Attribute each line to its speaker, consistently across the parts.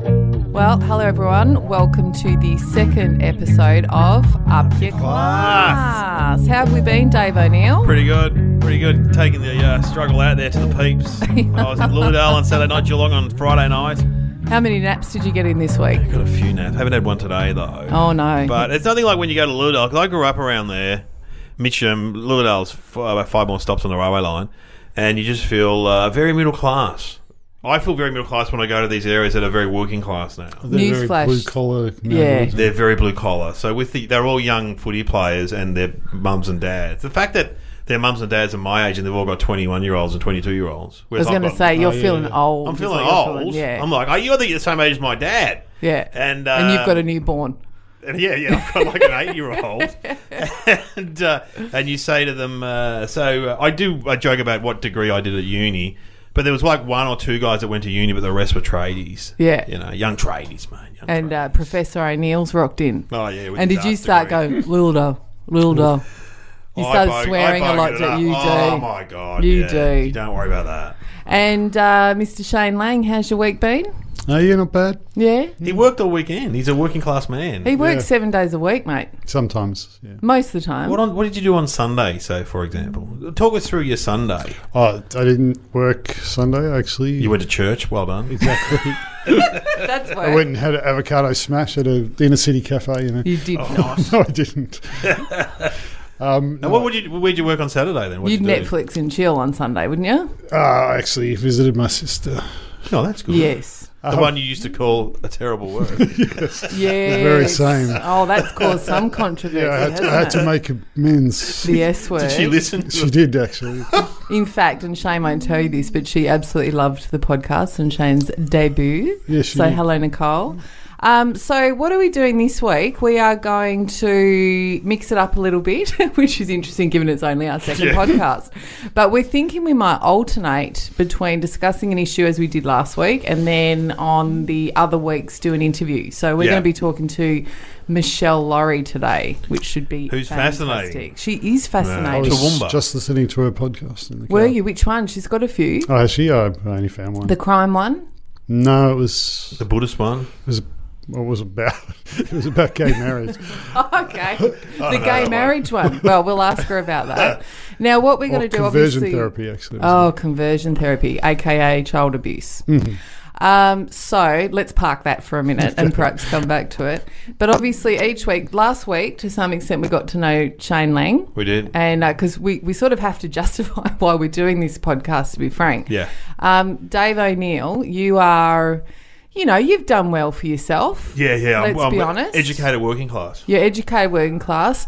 Speaker 1: Well, hello everyone. Welcome to the second episode of Up Your Class. How have we been, Dave O'Neill?
Speaker 2: Pretty good. Pretty good. Taking the uh, struggle out there to the peeps. I was in Lilydale on Saturday night, Geelong on Friday night.
Speaker 1: How many naps did you get in this week?
Speaker 2: Got a few naps. Haven't had one today, though.
Speaker 1: Oh no.
Speaker 2: But it's nothing like when you go to Lilydale, 'cause I grew up around there. Mitcham, Lilydale's f- uh, about five more stops on the railway line. And you just feel uh, very middle class. I feel very middle class when I go to these areas that are very working class now.
Speaker 1: Newsflash.
Speaker 3: blue collar.
Speaker 1: Yeah.
Speaker 2: They're very blue collar. So with the, they're all young footy players and their mums and dads. The fact that their mums and dads are my age and they've all got twenty one year olds and twenty two year olds.
Speaker 1: I was going to say you're
Speaker 3: yeah,
Speaker 1: feeling
Speaker 3: yeah.
Speaker 1: old.
Speaker 2: "Oh, I'm
Speaker 1: is
Speaker 2: feeling
Speaker 1: what you're
Speaker 2: old.
Speaker 1: Yeah.
Speaker 2: I'm like, oh, you're the same age as my dad.
Speaker 1: yeah.
Speaker 2: And,
Speaker 1: and you've
Speaker 2: uh,
Speaker 1: got a newborn.
Speaker 2: And yeah, yeah, I've got like an eight-year-old, and uh, and you say to them, uh, so uh, I do. I joke about what degree I did at uni, but there was like one or two guys that went to uni, but the rest were tradies.
Speaker 1: Yeah.
Speaker 2: you know, young tradies, man. Young
Speaker 1: And
Speaker 2: tradies.
Speaker 1: uh, Professor O'Neill's rocked in.
Speaker 2: oh yeah. with
Speaker 1: and
Speaker 2: the
Speaker 1: did you
Speaker 2: dance
Speaker 1: start
Speaker 2: degree.
Speaker 1: going Lilda, Lilda? You
Speaker 2: I
Speaker 1: started
Speaker 2: bog- I
Speaker 1: swearing a
Speaker 2: bogged
Speaker 1: lot
Speaker 2: it
Speaker 1: that
Speaker 2: up.
Speaker 1: you
Speaker 2: Oh
Speaker 1: do.
Speaker 2: my god,
Speaker 1: You
Speaker 2: yeah.
Speaker 1: do.
Speaker 2: You don't worry about that.
Speaker 1: And uh, Mr. Shane Lang, how's your week been?
Speaker 3: No, you're not bad.
Speaker 1: Yeah.
Speaker 2: He worked all weekend. He's a working class man.
Speaker 1: He works
Speaker 3: Yeah.
Speaker 1: seven days a week, mate.
Speaker 3: Sometimes. Yeah.
Speaker 1: Most of the time.
Speaker 2: what on, What did you do on Sunday? So, for example, talk us through your Sunday.
Speaker 3: Oh, I didn't work Sunday actually.
Speaker 2: You went to church. Well done.
Speaker 3: exactly.
Speaker 1: That's
Speaker 3: I
Speaker 1: where
Speaker 3: went and had an avocado smash at a inner city cafe. You know.
Speaker 1: you did
Speaker 2: Oh,
Speaker 1: not.
Speaker 3: no, I didn't. um,
Speaker 2: Now, what would you? Where'd you work on Saturday then? What'd
Speaker 1: You'd
Speaker 2: you do?
Speaker 1: Netflix and chill on Sunday, wouldn't you?
Speaker 3: uh, I actually visited my sister.
Speaker 2: Oh, that's good.
Speaker 1: Yes.
Speaker 2: The one you used to call a terrible word.
Speaker 1: Yes.
Speaker 3: very same.
Speaker 1: Oh, that's caused some controversy.
Speaker 3: Yeah, I had, to, I had
Speaker 1: hasn't
Speaker 3: to
Speaker 1: it?
Speaker 3: make amends.
Speaker 1: the S word.
Speaker 2: Did she listen?
Speaker 3: She did actually.
Speaker 1: In fact, and Shane won't tell you this, but she absolutely loved the podcast and Shane's debut.
Speaker 3: Yeah, she
Speaker 1: so
Speaker 3: did.
Speaker 1: hello, Nicole. Um, so what are we doing this week? We are going to mix it up a little bit, which is interesting given it's only our second
Speaker 2: Yeah.
Speaker 1: podcast. But we're thinking we might alternate between discussing an issue as we did last week, and then on the other weeks do an interview. So we're
Speaker 2: Yeah.
Speaker 1: going to be talking to Michelle Laurie today, which should be
Speaker 2: Who's
Speaker 1: fantastic.
Speaker 2: fascinating.
Speaker 1: She is
Speaker 3: I
Speaker 1: fascinating.
Speaker 3: was
Speaker 2: Toowoomba.
Speaker 3: just listening to her podcast. In the
Speaker 1: Were
Speaker 3: car.
Speaker 1: you? Which one? She's got a few.
Speaker 3: Oh, has she? I only found one.
Speaker 1: The crime one?
Speaker 3: no, it was
Speaker 2: The Buddhist one.
Speaker 3: it was what was it about? it was about gay marriage.
Speaker 1: Oh, okay. The gay marriage one. Well, we'll ask her about that. Now, what we're
Speaker 3: Or
Speaker 1: going to do,
Speaker 3: conversion
Speaker 1: obviously.
Speaker 3: therapy actually. it was
Speaker 1: Oh, conversion therapy, aka child abuse.
Speaker 3: Mm-hmm.
Speaker 1: Um, so let's park that for a minute and perhaps come back to it. But obviously, each week, last week, to some extent, we got to know Shane Lang.
Speaker 2: We did.
Speaker 1: And because we, we sort of have to justify why we're doing this podcast, to be frank.
Speaker 2: Yeah.
Speaker 1: Um, Dave O'Neill, you are, you know, you've done well for yourself.
Speaker 2: Yeah, yeah.
Speaker 1: Let's be honest.
Speaker 2: Educated working class.
Speaker 1: You're educated working class.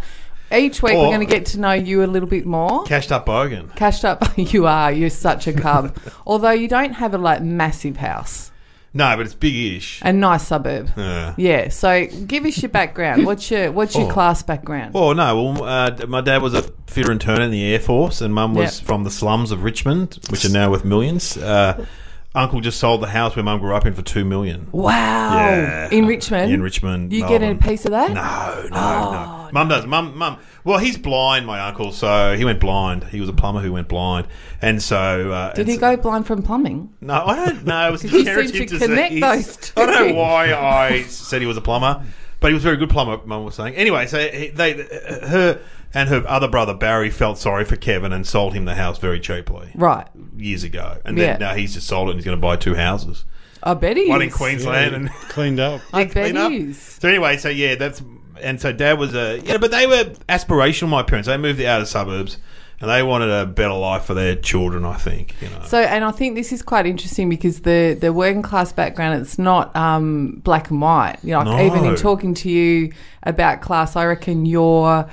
Speaker 1: Each week,
Speaker 2: Or-
Speaker 1: we're going to get to know you a little bit more.
Speaker 2: Cashed up bogan.
Speaker 1: Cashed up, you are. You're such a cub. Although you don't have a like massive house,
Speaker 2: No, but it's big-ish.
Speaker 1: a nice suburb.
Speaker 2: Uh,
Speaker 1: Yeah. So give us your background. What's your what's your
Speaker 2: Oh.
Speaker 1: class background?
Speaker 2: Oh no! Well, uh, d- my dad was a fitter and turner in the Air Force, and Mum was
Speaker 1: Yep.
Speaker 2: from the slums of Richmond, which are now worth millions. Uh, uncle just sold the house where Mum grew up in for two million.
Speaker 1: wow.
Speaker 2: Yeah.
Speaker 1: Oh, In Richmond.
Speaker 2: In Richmond,
Speaker 1: You
Speaker 2: Melbourne.
Speaker 1: get a Oh, piece of that?
Speaker 2: No, no, no. Mum does. Mum, mum. Well, he's blind, my uncle. So he went blind. He was a plumber who went blind, and so uh,
Speaker 1: Did
Speaker 2: and
Speaker 1: he
Speaker 2: so-
Speaker 1: go blind from plumbing?
Speaker 2: No, I don't know. It was
Speaker 1: you
Speaker 2: inherited
Speaker 1: seem to
Speaker 2: disease.
Speaker 1: connect those
Speaker 2: I don't
Speaker 1: two.
Speaker 2: know why I said he was a plumber, but he was a very good plumber. Mum was saying. Anyway, so he- they, uh, her and her other brother Barry felt sorry for Kevin and sold him the house very cheaply
Speaker 1: Right.
Speaker 2: years ago, and
Speaker 1: Yeah.
Speaker 2: then now he's just sold it and he's going to buy two houses,
Speaker 1: I bet he
Speaker 2: one in
Speaker 1: is.
Speaker 2: Queensland and
Speaker 3: cleaned up.
Speaker 1: I bet
Speaker 2: clean up.
Speaker 1: he is.
Speaker 2: So anyway, so yeah, that's and so dad was a yeah, but they were aspirational. My parents they moved to the outer suburbs and they wanted a better life for their children. I think you know.
Speaker 1: So, and I think this is quite interesting because the, the working class background, it's not um, black and white. You know, like,
Speaker 2: No.
Speaker 1: even in talking to you about class, I reckon your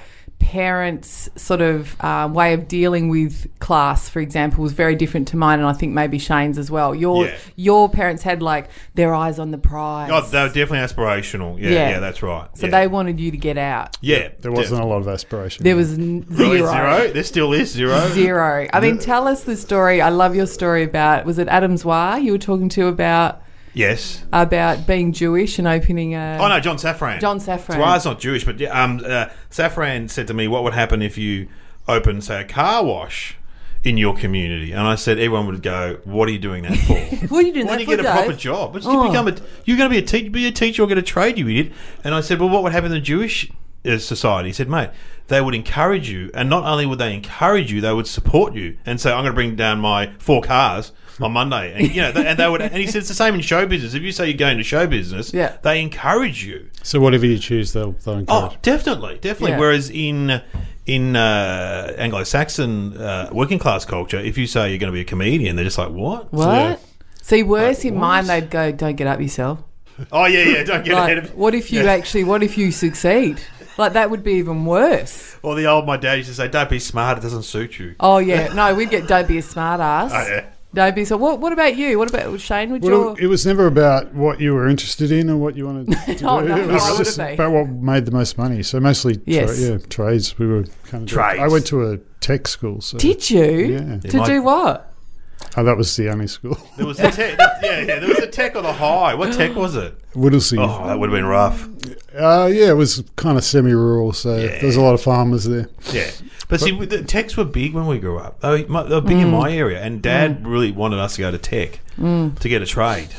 Speaker 1: parents' sort of uh, way of dealing with class, for example, was very different to mine, and I think maybe Shane's as well. Your
Speaker 2: Yeah.
Speaker 1: your parents had like their eyes on the prize,
Speaker 2: God, they were definitely aspirational. Yeah,
Speaker 1: Yeah.
Speaker 2: yeah, that's right.
Speaker 1: so
Speaker 2: yeah.
Speaker 1: they wanted you to get out.
Speaker 2: yeah,
Speaker 3: There wasn't a lot of aspiration.
Speaker 1: There was n-
Speaker 2: Yeah. Really zero. There still is zero.
Speaker 1: Zero. I mean, tell us the story. I love your story about was it Adam Zwar you were talking to about
Speaker 2: Yes.
Speaker 1: about being Jewish and opening a.
Speaker 2: Oh no, John Safran.
Speaker 1: John Safran.
Speaker 2: Dwyer's not Jewish, but yeah, um, uh, Safran said to me, "What would happen if you opened, say, a car wash?" in your community? And I said everyone would go, "What are you doing that for?"
Speaker 1: What are you doing
Speaker 2: Why
Speaker 1: that
Speaker 2: do
Speaker 1: for,
Speaker 2: you get a
Speaker 1: Dave? Oh.
Speaker 2: proper job? It's to become a, you're going to be a teacher, be a teacher or get a trade, you idiot. And I said, well, what would happen in the Jewish uh, society? He said, mate, they would encourage you, and not only would they encourage you, they would support you and say, I'm going to bring down my four cars on Monday, and you know, they, and they would. And he said, it's the same in show business. If you say you're going to show business,
Speaker 1: Yeah.
Speaker 2: they encourage you.
Speaker 3: So whatever you choose, they'll, they'll encourage.
Speaker 2: Oh, definitely, definitely.
Speaker 1: Yeah.
Speaker 2: Whereas in in uh, Anglo-Saxon uh, working class culture, if you say you're going to be a comedian, they're just like, "What?
Speaker 1: What?
Speaker 3: Yeah.
Speaker 1: See, worse in
Speaker 2: what?
Speaker 1: mine, they'd go, "Don't get up yourself."
Speaker 2: Oh yeah, yeah. Don't get ahead
Speaker 1: Like,
Speaker 2: of."
Speaker 1: what if you actually? What if you succeed? Like that would be even worse.
Speaker 2: Or the old my dad used to say, "Don't be smart. It doesn't suit you."
Speaker 1: Oh yeah, no, we'd get don't be a smart ass.
Speaker 2: Oh, yeah.
Speaker 1: Don't be so. What? What about you? What about Shane? Would
Speaker 3: Well,
Speaker 1: you?
Speaker 3: it was never about what you were interested in or what you wanted to do.
Speaker 1: No, Oh, no,
Speaker 3: it
Speaker 1: no,
Speaker 3: was
Speaker 1: I wouldn't
Speaker 3: just
Speaker 1: be.
Speaker 3: about what made the most money. So mostly, tra-
Speaker 1: Yes.
Speaker 3: yeah, trades. We were kind of
Speaker 2: Trades.
Speaker 3: I went to a tech school, so
Speaker 1: Did you?
Speaker 3: yeah,
Speaker 1: To
Speaker 2: Might-
Speaker 1: do what?
Speaker 3: oh, that was the only school.
Speaker 2: There was a tech. yeah, yeah. There was a tech on the high. What tech was it?
Speaker 3: Whittlesea.
Speaker 2: Oh, that would have been rough.
Speaker 3: Uh, yeah, it was kind of semi-rural, so
Speaker 2: Yeah.
Speaker 3: there's a lot of farmers there.
Speaker 2: Yeah, but see, the techs were big when we grew up. They were mu- they were
Speaker 1: Mm.
Speaker 2: big in my area, and Dad really wanted us to go to tech
Speaker 1: Mm.
Speaker 2: to get a trade.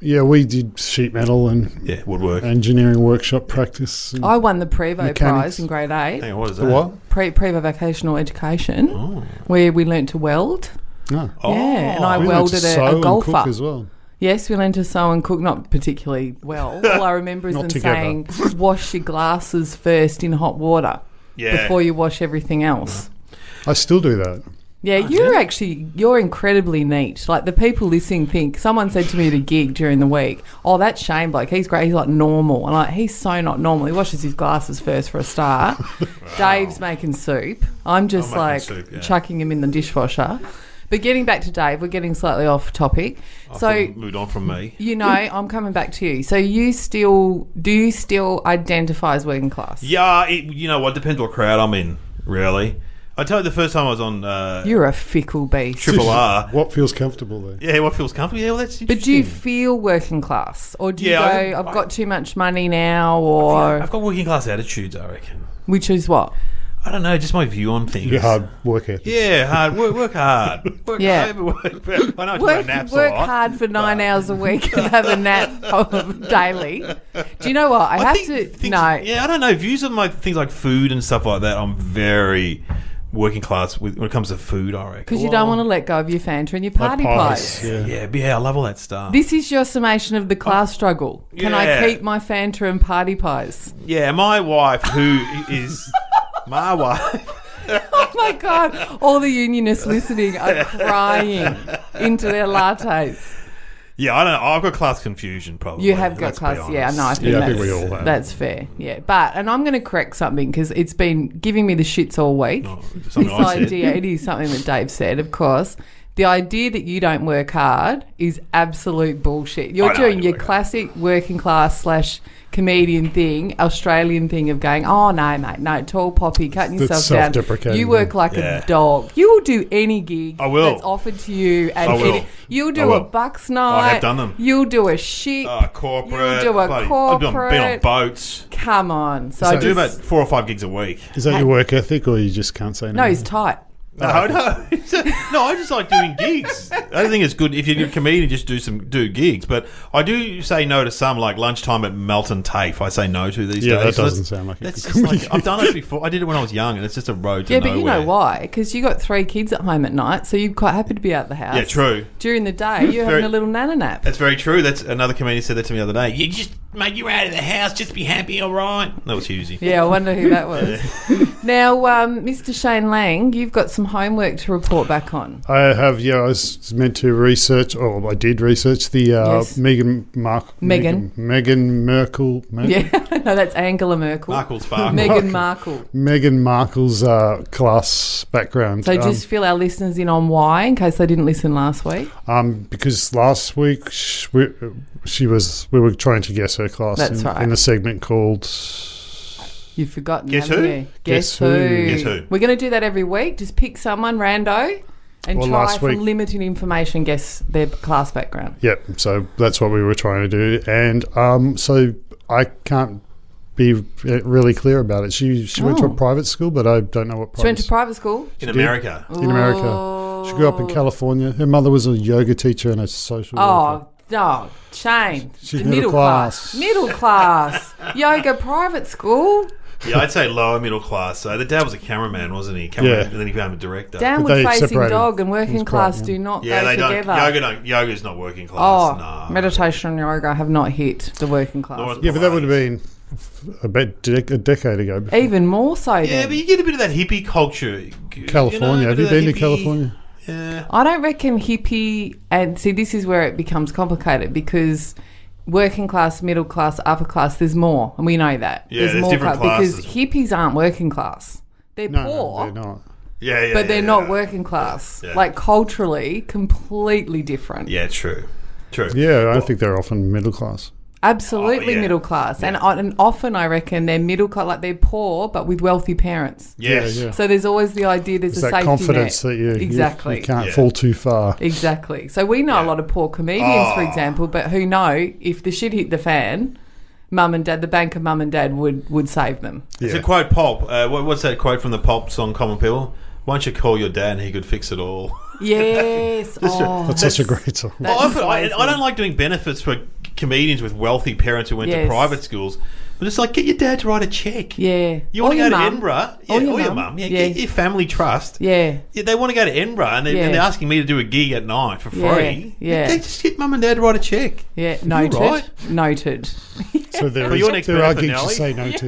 Speaker 3: Yeah, we did sheet metal and
Speaker 2: Yeah, woodwork.
Speaker 3: engineering workshop practice. And
Speaker 1: I won the Prevo
Speaker 3: Mechanics.
Speaker 1: prize in grade eight,
Speaker 2: Hang on, what is
Speaker 3: the
Speaker 2: that?
Speaker 3: what?
Speaker 1: pre- Prevo vocational education,
Speaker 2: Oh.
Speaker 1: where we learnt to weld.
Speaker 3: No.
Speaker 2: Oh.
Speaker 1: Yeah, and I
Speaker 3: We learned to
Speaker 1: welded
Speaker 3: sew
Speaker 1: a, a
Speaker 3: and cook
Speaker 1: golfer.
Speaker 3: as well.
Speaker 1: Yes, we learned to sew and cook, not particularly well. All I remember is
Speaker 3: Not
Speaker 1: them
Speaker 3: together.
Speaker 1: saying, wash your glasses first in hot water
Speaker 2: Yeah.
Speaker 1: before you wash everything else.
Speaker 3: I still do that.
Speaker 1: Yeah, you're actually you're incredibly neat. Like the people listening think someone said to me at a gig during the week, "Oh, that's Shane Blake. He's great. He's like normal." And like he's so not normal. He washes his glasses first for a start. Dave's making soup. I'm just
Speaker 2: making
Speaker 1: like
Speaker 2: soup, yeah.
Speaker 1: chucking him in the dishwasher. But getting back to Dave, we're getting slightly off topic.
Speaker 2: I
Speaker 1: so
Speaker 2: think moved on from me.
Speaker 1: you know, I'm coming back to you. So you still do you still identify as working class?
Speaker 2: Yeah, it, you know what? Depends what crowd I'm in, really. I tell you, the first time I was on uh,
Speaker 1: You're a fickle beast.
Speaker 2: Triple R.
Speaker 3: What feels comfortable there?
Speaker 2: Yeah, what feels comfortable? Yeah, well, that's interesting.
Speaker 1: But do you feel working class, or do you
Speaker 2: Yeah, I-
Speaker 1: go, I, have
Speaker 2: I-
Speaker 1: got too much money now,
Speaker 2: Yeah,
Speaker 1: or
Speaker 2: I've got working class attitudes, I reckon.
Speaker 1: which is what?
Speaker 2: I don't know, just my view on things.
Speaker 3: Your hard work ethic.
Speaker 2: Yeah, hard. Work, work hard. Work
Speaker 1: Yeah.
Speaker 2: hard, work- I know I talk about
Speaker 1: Work,
Speaker 2: naps
Speaker 1: work
Speaker 2: a lot.
Speaker 1: hard for nine hours a week and have a nap daily. Do you know what? I,
Speaker 2: I
Speaker 1: have
Speaker 2: think
Speaker 1: to.
Speaker 2: things-
Speaker 1: no,
Speaker 2: Yeah, I don't know. Views on my things like food and stuff like that. I'm very working class with, when it comes to food. I reckon
Speaker 1: because you don't want to let go of your Fanta and your
Speaker 3: Like
Speaker 1: party pies.
Speaker 3: Yeah.
Speaker 2: Yeah, but yeah, I love all that stuff.
Speaker 1: This is your summation of the class struggle. Can I
Speaker 2: Uh, Yeah.
Speaker 1: keep my Fanta and party pies?
Speaker 2: yeah, my wife who is my wife.
Speaker 1: Oh my God! All the unionists listening are crying into their lattes.
Speaker 2: Yeah, I don't know. I've got class confusion probably.
Speaker 1: You have got
Speaker 2: let's be
Speaker 1: class, yeah.
Speaker 2: honest.
Speaker 1: No, I think,
Speaker 3: Yeah, I
Speaker 1: that's,
Speaker 3: think we all have.
Speaker 1: that's fair. Yeah, but and I'm going to correct something because it's been giving me the shits all week.
Speaker 2: No,
Speaker 1: this
Speaker 2: something I said.
Speaker 1: idea, it is something that Dave said, of course. The idea that you don't work hard is absolute bullshit. You're
Speaker 2: I know I
Speaker 1: doing
Speaker 2: do
Speaker 1: your
Speaker 2: work hard.
Speaker 1: classic working class slash comedian thing, Australian thing of going, oh no, mate, no, tall poppy, cutting
Speaker 3: That's
Speaker 1: yourself down.
Speaker 3: self-deprecating,
Speaker 1: You work like
Speaker 2: Yeah.
Speaker 1: a dog. You will do any gig
Speaker 2: I will.
Speaker 1: that's offered to you, and
Speaker 2: I will.
Speaker 1: it- you'll
Speaker 2: I
Speaker 1: do
Speaker 2: will.
Speaker 1: a bucks night.
Speaker 2: I have done them.
Speaker 1: You'll do a shit.
Speaker 2: Oh, corporate.
Speaker 1: You do a
Speaker 2: bloody- I've done- been on
Speaker 1: corporate.
Speaker 2: boats.
Speaker 1: Come on, so,
Speaker 2: I
Speaker 1: I
Speaker 2: do
Speaker 1: just,
Speaker 2: about four or five gigs a week.
Speaker 3: Is that your work ethic, or you just can't say no?
Speaker 1: no, he's tight.
Speaker 2: No, no, no. I just like doing gigs. I think it's good if you're a comedian, just do some do gigs. But I do say no to some, like lunchtime at Melton TAFE. I say no to these
Speaker 3: Yeah,
Speaker 2: days.
Speaker 3: that doesn't
Speaker 2: That's-
Speaker 3: sound like a
Speaker 2: that's
Speaker 3: good
Speaker 2: just like-
Speaker 3: comedy.
Speaker 2: I've done it before. I did it when I was young, and it's just a road to
Speaker 1: Yeah, but
Speaker 2: nowhere.
Speaker 1: you know why? Because you got three kids at home at night, so you're quite happy to be out the house.
Speaker 2: Yeah, true.
Speaker 1: During the day, you're
Speaker 2: Very-
Speaker 1: having a little nana nap.
Speaker 2: That's very true. That's another comedian said that to me the other day. You just mate, you're out of the house. Just be happy, all right. That was Husey.
Speaker 1: Yeah, I wonder who that was. now, um, Mr. Shane Lang, you've got some homework to report back on.
Speaker 3: I have. Yeah, I was meant to research, or I did research the uh,
Speaker 1: Yes.
Speaker 3: Megan Mark
Speaker 1: Meghan.
Speaker 3: Megan Merkel. Mer-
Speaker 1: Yeah, no, that's Angela Merkel.
Speaker 2: Hmm? Markle Sparkle.
Speaker 1: Meghan Markle.
Speaker 3: Meghan Markle's uh, class background.
Speaker 1: So
Speaker 3: um,
Speaker 1: just fill our listeners in on why, in case they didn't listen last week.
Speaker 3: um, because last week sh- we, she was, we were trying to guess her class
Speaker 1: That's
Speaker 3: in,
Speaker 1: right.
Speaker 3: in a segment called.
Speaker 1: You've forgotten.
Speaker 2: Guess
Speaker 1: haven't
Speaker 2: who?
Speaker 1: You? Guess,
Speaker 3: Guess who?
Speaker 1: who?
Speaker 2: Guess who?
Speaker 1: We're going to do that every week. Just pick someone rando and
Speaker 3: Well,
Speaker 1: try
Speaker 3: last
Speaker 1: for
Speaker 3: week-
Speaker 1: limited information. Guess their class background.
Speaker 3: Yep. So that's what we were trying to do, and um, so I can't be uh, really clear about it. She she went to
Speaker 1: Oh.
Speaker 3: a private school, but I don't know what private.
Speaker 1: She went to private school.
Speaker 2: in
Speaker 3: did.
Speaker 2: America.
Speaker 3: in America. She grew up in California. Her mother was a yoga teacher and a social worker.
Speaker 1: Oh. Oh, no. Shane.
Speaker 3: She's
Speaker 1: The
Speaker 3: middle class.
Speaker 1: Middle class. Yoga private school.
Speaker 2: Yeah, I'd say lower middle class. So the dad was a cameraman, wasn't he? Cameraman,
Speaker 3: Yeah.
Speaker 2: and then he became a director.
Speaker 1: Downward
Speaker 3: they
Speaker 1: facing
Speaker 3: separated.
Speaker 1: dog and
Speaker 3: It was
Speaker 1: working
Speaker 3: quite-
Speaker 1: class do not
Speaker 2: yeah,
Speaker 1: go
Speaker 2: they
Speaker 1: together.
Speaker 2: don't. Yoga don't. Yoga's not working class.
Speaker 1: Oh,
Speaker 2: no.
Speaker 1: meditation and yoga have not hit the working class.
Speaker 2: Nor-
Speaker 3: Yeah, but that would have been a bit dec- a decade ago.
Speaker 1: Even more so.
Speaker 2: Yeah,
Speaker 1: then.
Speaker 2: but you get a bit of that hippie culture. you know,
Speaker 3: California.
Speaker 2: a
Speaker 3: Have
Speaker 2: bit
Speaker 3: you
Speaker 2: of that
Speaker 3: been to
Speaker 2: hippie-
Speaker 3: California?
Speaker 2: Yeah.
Speaker 1: I don't reckon hippie and see this is where it becomes complicated because working class, middle class, upper class, there's more, and we know that.
Speaker 2: Yeah, there's different
Speaker 1: because
Speaker 2: classes.
Speaker 1: hippies aren't working class. They're
Speaker 3: No, no,
Speaker 1: poor,
Speaker 3: they're not.
Speaker 2: Yeah, yeah.
Speaker 1: but they're
Speaker 2: yeah,
Speaker 1: not
Speaker 2: yeah.
Speaker 1: working class.
Speaker 2: Yeah.
Speaker 1: Like culturally, completely different.
Speaker 2: Yeah, true. True.
Speaker 3: Yeah, I think they're often middle class.
Speaker 1: Absolutely
Speaker 2: Oh, yeah.
Speaker 1: middle class, and and and often I reckon they're middle class, like they're poor but with wealthy parents.
Speaker 2: Yes.
Speaker 3: Yeah, yeah.
Speaker 1: So there's always the idea there's
Speaker 3: It's
Speaker 1: a
Speaker 3: that
Speaker 1: safety
Speaker 3: confidence
Speaker 1: net.
Speaker 3: that you, you-
Speaker 1: exactly
Speaker 3: you, can't
Speaker 2: Yeah.
Speaker 3: fall too far.
Speaker 1: Exactly. So we know a lot of poor comedians, for
Speaker 2: Oh.
Speaker 1: example, but who know if the shit hit the fan, mum and dad, the bank of mum and dad would would save them.
Speaker 2: It's
Speaker 3: Yeah.
Speaker 2: a quote pulp. Uh, what, what's that quote from the pulp song Common People? Why don't you call your dad and he could fix it all?
Speaker 1: Yes. oh,
Speaker 3: That's such a great song.
Speaker 1: That
Speaker 2: Well, I, put- I,
Speaker 1: slays
Speaker 2: I
Speaker 1: me.
Speaker 2: don't like doing benefits for comedians with wealthy parents who went to
Speaker 1: Yes.
Speaker 2: private schools. I'm just like, get your dad to write a check.
Speaker 1: Yeah.
Speaker 2: You want
Speaker 1: Or
Speaker 2: to go
Speaker 1: your
Speaker 2: to
Speaker 1: mum.
Speaker 2: Edinburgh? Yeah,
Speaker 1: Or your mum.
Speaker 2: Yeah,
Speaker 1: Yeah.
Speaker 2: get your family trust.
Speaker 1: Yeah.
Speaker 2: Yeah, they want to go to Edinburgh and, they,
Speaker 1: Yeah.
Speaker 2: and they're asking me to do a gig at night for
Speaker 1: Yeah,
Speaker 2: free.
Speaker 1: yeah.
Speaker 2: They just get mum and dad to write a check.
Speaker 1: Yeah.
Speaker 2: You
Speaker 1: Noted.
Speaker 2: right?
Speaker 1: Noted.
Speaker 3: So there,
Speaker 2: For
Speaker 3: is-
Speaker 2: your next
Speaker 3: there are
Speaker 2: benefit,
Speaker 3: gigs you
Speaker 2: Nelly.
Speaker 3: say no to.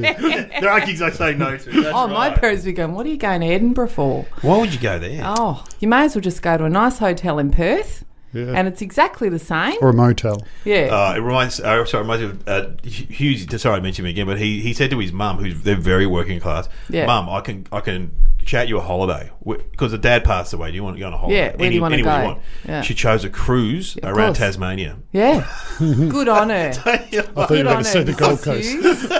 Speaker 2: there are gigs I say no to. That's
Speaker 1: Oh, my
Speaker 2: right.
Speaker 1: parents would be going, What are you going to Edinburgh for?
Speaker 2: Why would you go there?
Speaker 1: Oh, you may as well just go to a nice hotel in Perth.
Speaker 3: Yeah.
Speaker 1: And it's exactly the same.
Speaker 3: Or a motel.
Speaker 1: Yeah.
Speaker 2: Uh, it reminds. Uh, sorry, it reminds me of uh, Hughes. Sorry, I mentioned him again, but he, he said to his mum, who's they're very working class.
Speaker 1: Yeah.
Speaker 2: Mum, I can I can chat you a holiday because the dad passed away. Do you want to go on a holiday?
Speaker 1: Yeah, where do you wanna
Speaker 2: anywhere
Speaker 1: go?
Speaker 2: want.
Speaker 1: Yeah.
Speaker 2: She chose a cruise
Speaker 1: Of
Speaker 2: around
Speaker 1: course.
Speaker 2: Tasmania.
Speaker 1: yeah. Good on her.
Speaker 2: I
Speaker 3: thought you
Speaker 1: Good
Speaker 3: were
Speaker 1: on
Speaker 3: going to say
Speaker 1: her,
Speaker 3: the
Speaker 1: Mrs.
Speaker 3: Gold Coast.
Speaker 1: Hughes.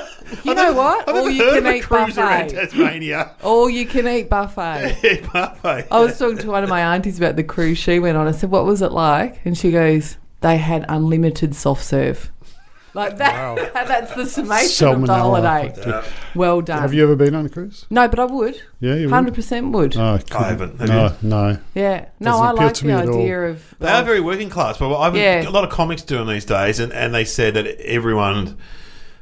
Speaker 1: You know what?
Speaker 2: I've
Speaker 1: All
Speaker 2: never
Speaker 1: you
Speaker 2: heard
Speaker 1: can
Speaker 2: of a
Speaker 1: eat
Speaker 2: cruise around
Speaker 1: buffet.
Speaker 2: Tasmania.
Speaker 1: All you can eat buffet.
Speaker 2: buffet.
Speaker 1: I was talking to one of my aunties about the cruise she went on. I said, "What was it like?" And she goes, "They had unlimited soft serve." Like that. that's the summation of the
Speaker 3: Salmonella.
Speaker 1: holiday. Well done.
Speaker 3: Have you ever been on a cruise?
Speaker 1: no, but I would.
Speaker 3: Yeah, you
Speaker 1: Hundred
Speaker 3: would.
Speaker 1: percent would.
Speaker 3: No, I,
Speaker 2: I
Speaker 3: couldn't.
Speaker 2: haven't. Have you?
Speaker 3: No, no.
Speaker 1: Yeah. No,
Speaker 3: Doesn't
Speaker 1: I
Speaker 3: appeal
Speaker 1: like
Speaker 3: to
Speaker 1: the
Speaker 3: me at all.
Speaker 1: idea of.
Speaker 2: They are very working class, but I've
Speaker 1: Yeah.
Speaker 2: a lot of comics do them these days, and, and they said that everyone,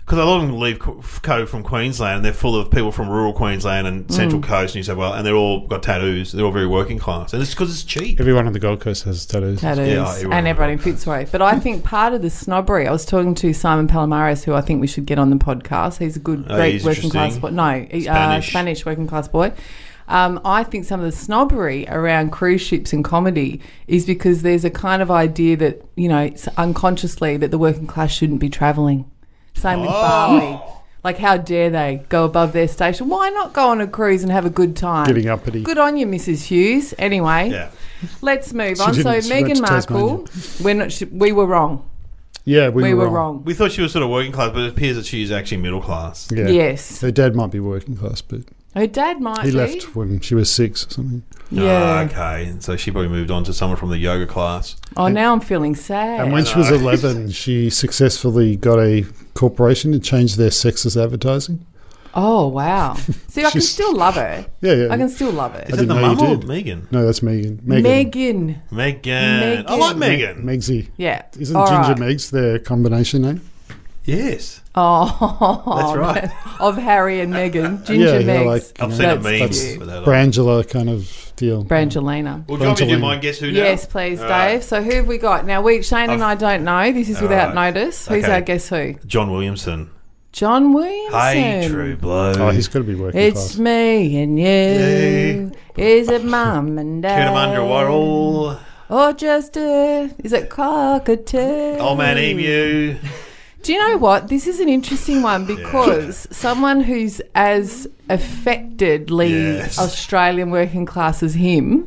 Speaker 2: because a lot of them leave Co- Co from Queensland, and they're full of people from rural Queensland
Speaker 1: Mm.
Speaker 2: and Central Coast, New South Wales, and they're all got tattoos. They're all very working class, and it's because it's cheap.
Speaker 3: Everyone on the Gold Coast has tattoos.
Speaker 1: tattoos
Speaker 2: Yeah, I-
Speaker 1: and everyone in Fitzroy. But I think part of the snobbery, I was talking to Simon Palomares, who I think we should get on the podcast. He's a good,
Speaker 2: Oh,
Speaker 1: great
Speaker 2: he's
Speaker 1: working class
Speaker 2: interesting.
Speaker 1: boy. No, he- Uh,
Speaker 2: Spanish.
Speaker 1: Spanish working class boy. Um, I think some of the snobbery around cruise ships and comedy is because there's a kind of idea that, you know, it's unconsciously that the working class shouldn't be travelling. Same
Speaker 2: Oh.
Speaker 1: with Bali. Like, how dare they go above their station? Why not go on a cruise and have a good time?
Speaker 3: Getting uppity.
Speaker 1: Good on you, Mrs. Hughes. Anyway,
Speaker 2: Yeah,
Speaker 1: Let's move on. So
Speaker 3: didn't. She went
Speaker 1: Meghan
Speaker 3: to
Speaker 1: Markle, we're not, she, we were wrong.
Speaker 3: Yeah, we,
Speaker 1: We, were
Speaker 3: were, wrong.
Speaker 1: wrong.
Speaker 2: we thought she was sort of working class, but it appears that she is actually middle class.
Speaker 3: Yeah.
Speaker 1: Yes,
Speaker 3: Her dad might be working class, but
Speaker 1: her dad might
Speaker 3: he
Speaker 1: be.
Speaker 3: left when she was six or something.
Speaker 2: Ah,
Speaker 1: Yeah.
Speaker 2: okay, and so she probably moved on to someone from the yoga class.
Speaker 1: Oh, now I'm feeling sad.
Speaker 3: And when she was 11, she successfully got a corporation to change their sexist advertising.
Speaker 1: oh wow. See, I can
Speaker 3: She's-
Speaker 1: still love her.
Speaker 3: Yeah, yeah.
Speaker 1: I can still love her.
Speaker 2: Is
Speaker 3: I
Speaker 2: that
Speaker 3: didn't
Speaker 2: the
Speaker 3: know you
Speaker 2: mum or
Speaker 3: did.
Speaker 2: Megan?
Speaker 3: No, that's Megan. Megan.
Speaker 1: Megan.
Speaker 2: Megan. I like
Speaker 1: Megan.
Speaker 2: Megan.
Speaker 3: Megsy.
Speaker 1: Yeah.
Speaker 3: Isn't
Speaker 1: All
Speaker 3: Ginger
Speaker 1: right.
Speaker 3: Megs their combination name?
Speaker 2: Yes.
Speaker 1: Oh,
Speaker 2: That's right.
Speaker 1: of Harry and Megan, Ginger
Speaker 3: yeah,
Speaker 1: Megs.
Speaker 3: like- uh,
Speaker 2: I've seen a
Speaker 1: That's
Speaker 2: meme
Speaker 1: cute.
Speaker 2: with that. on.
Speaker 3: Brangela kind of deal.
Speaker 1: Brangelina.
Speaker 2: Well, do you want me to do
Speaker 3: Brangelina.
Speaker 2: mine? Guess who? now?
Speaker 1: Yes, please,
Speaker 2: All right.
Speaker 1: Dave. So who have we got now? We Shane and I
Speaker 2: I've-
Speaker 1: don't know. This is
Speaker 2: All
Speaker 1: without
Speaker 2: right.
Speaker 1: notice. Who's
Speaker 2: Okay.
Speaker 1: our guess who?
Speaker 2: John Williamson.
Speaker 1: John Williams.
Speaker 2: Hey, True Blow.
Speaker 3: oh, he's got to be working
Speaker 1: It's
Speaker 3: class.
Speaker 1: me and you. Is it mum and dad?
Speaker 2: Kurt Wall,
Speaker 1: Or just a, is it cockatoo?
Speaker 2: Old Man Emu.
Speaker 1: Do you know what? This is an interesting one because someone who's as affectedly
Speaker 2: Yes.
Speaker 1: Australian working class as him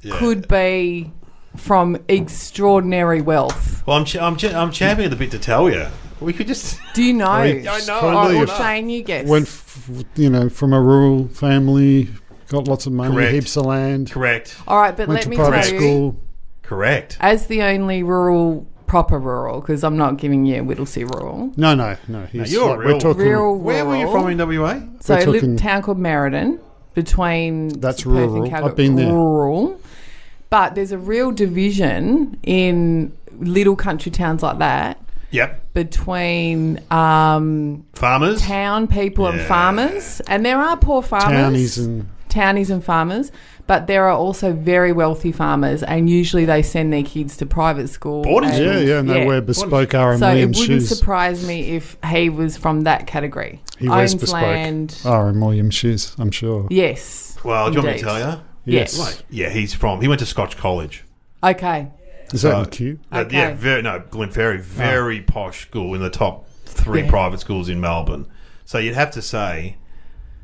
Speaker 2: Yeah.
Speaker 1: could be from extraordinary wealth.
Speaker 2: Well, I'm, ch- I'm, ch- I'm champing at the bit to tell you. We could just.
Speaker 1: Do you know?
Speaker 3: I
Speaker 2: I know.
Speaker 1: All right,
Speaker 3: Probably
Speaker 1: well,
Speaker 3: if-
Speaker 1: Shane, you guess.
Speaker 3: went, f- you know, from a rural family, got lots of money,
Speaker 2: Correct.
Speaker 3: heaps of land,
Speaker 2: Correct.
Speaker 1: All right, but
Speaker 3: went
Speaker 1: let
Speaker 3: to
Speaker 1: me
Speaker 3: private
Speaker 1: tell you,
Speaker 3: school.
Speaker 2: Correct.
Speaker 1: as the only rural proper rural because I'm not giving you Whittlesey rural.
Speaker 3: No, no, no. He's
Speaker 2: you're
Speaker 3: like,
Speaker 2: real-
Speaker 3: we're talking.
Speaker 1: Real
Speaker 2: Hmm. Where were you
Speaker 1: rural.
Speaker 2: from in WA?
Speaker 1: So a
Speaker 3: We're
Speaker 1: little
Speaker 3: talking-
Speaker 1: town called Meriden between
Speaker 3: That's
Speaker 1: Perth and
Speaker 3: rural.
Speaker 1: Calgary.
Speaker 3: I've been there.
Speaker 1: Rural, but there's a real division in little country towns like that
Speaker 2: Yep.
Speaker 1: between um,
Speaker 2: Farmers.
Speaker 1: town people and
Speaker 2: Yeah.
Speaker 1: farmers, and there are poor farmers,
Speaker 3: Townies and
Speaker 1: townies and farmers, but there are also very wealthy farmers, and usually they send their kids to private school.
Speaker 2: Boarding
Speaker 1: and-
Speaker 2: school.
Speaker 3: yeah, yeah, and they wear bespoke R and
Speaker 1: So it
Speaker 3: Williams
Speaker 1: wouldn't
Speaker 3: shoes.
Speaker 1: surprise me if he was from that category.
Speaker 3: He wears
Speaker 1: Owns
Speaker 3: bespoke. Oh.
Speaker 1: land.
Speaker 3: R and Williams shoes, I'm sure.
Speaker 1: Yes.
Speaker 2: Well, do you want me to
Speaker 1: Indeed.
Speaker 2: tell you?
Speaker 1: Yes.
Speaker 2: Like, yeah, he's from. He went to Scotch College.
Speaker 1: Okay.
Speaker 3: Is that
Speaker 2: So-
Speaker 3: in Q?
Speaker 2: Uh,
Speaker 1: Okay.
Speaker 2: yeah, very no Glen Ferry, very posh school in the top three
Speaker 1: Yeah.
Speaker 2: private schools in Melbourne. So you'd have to say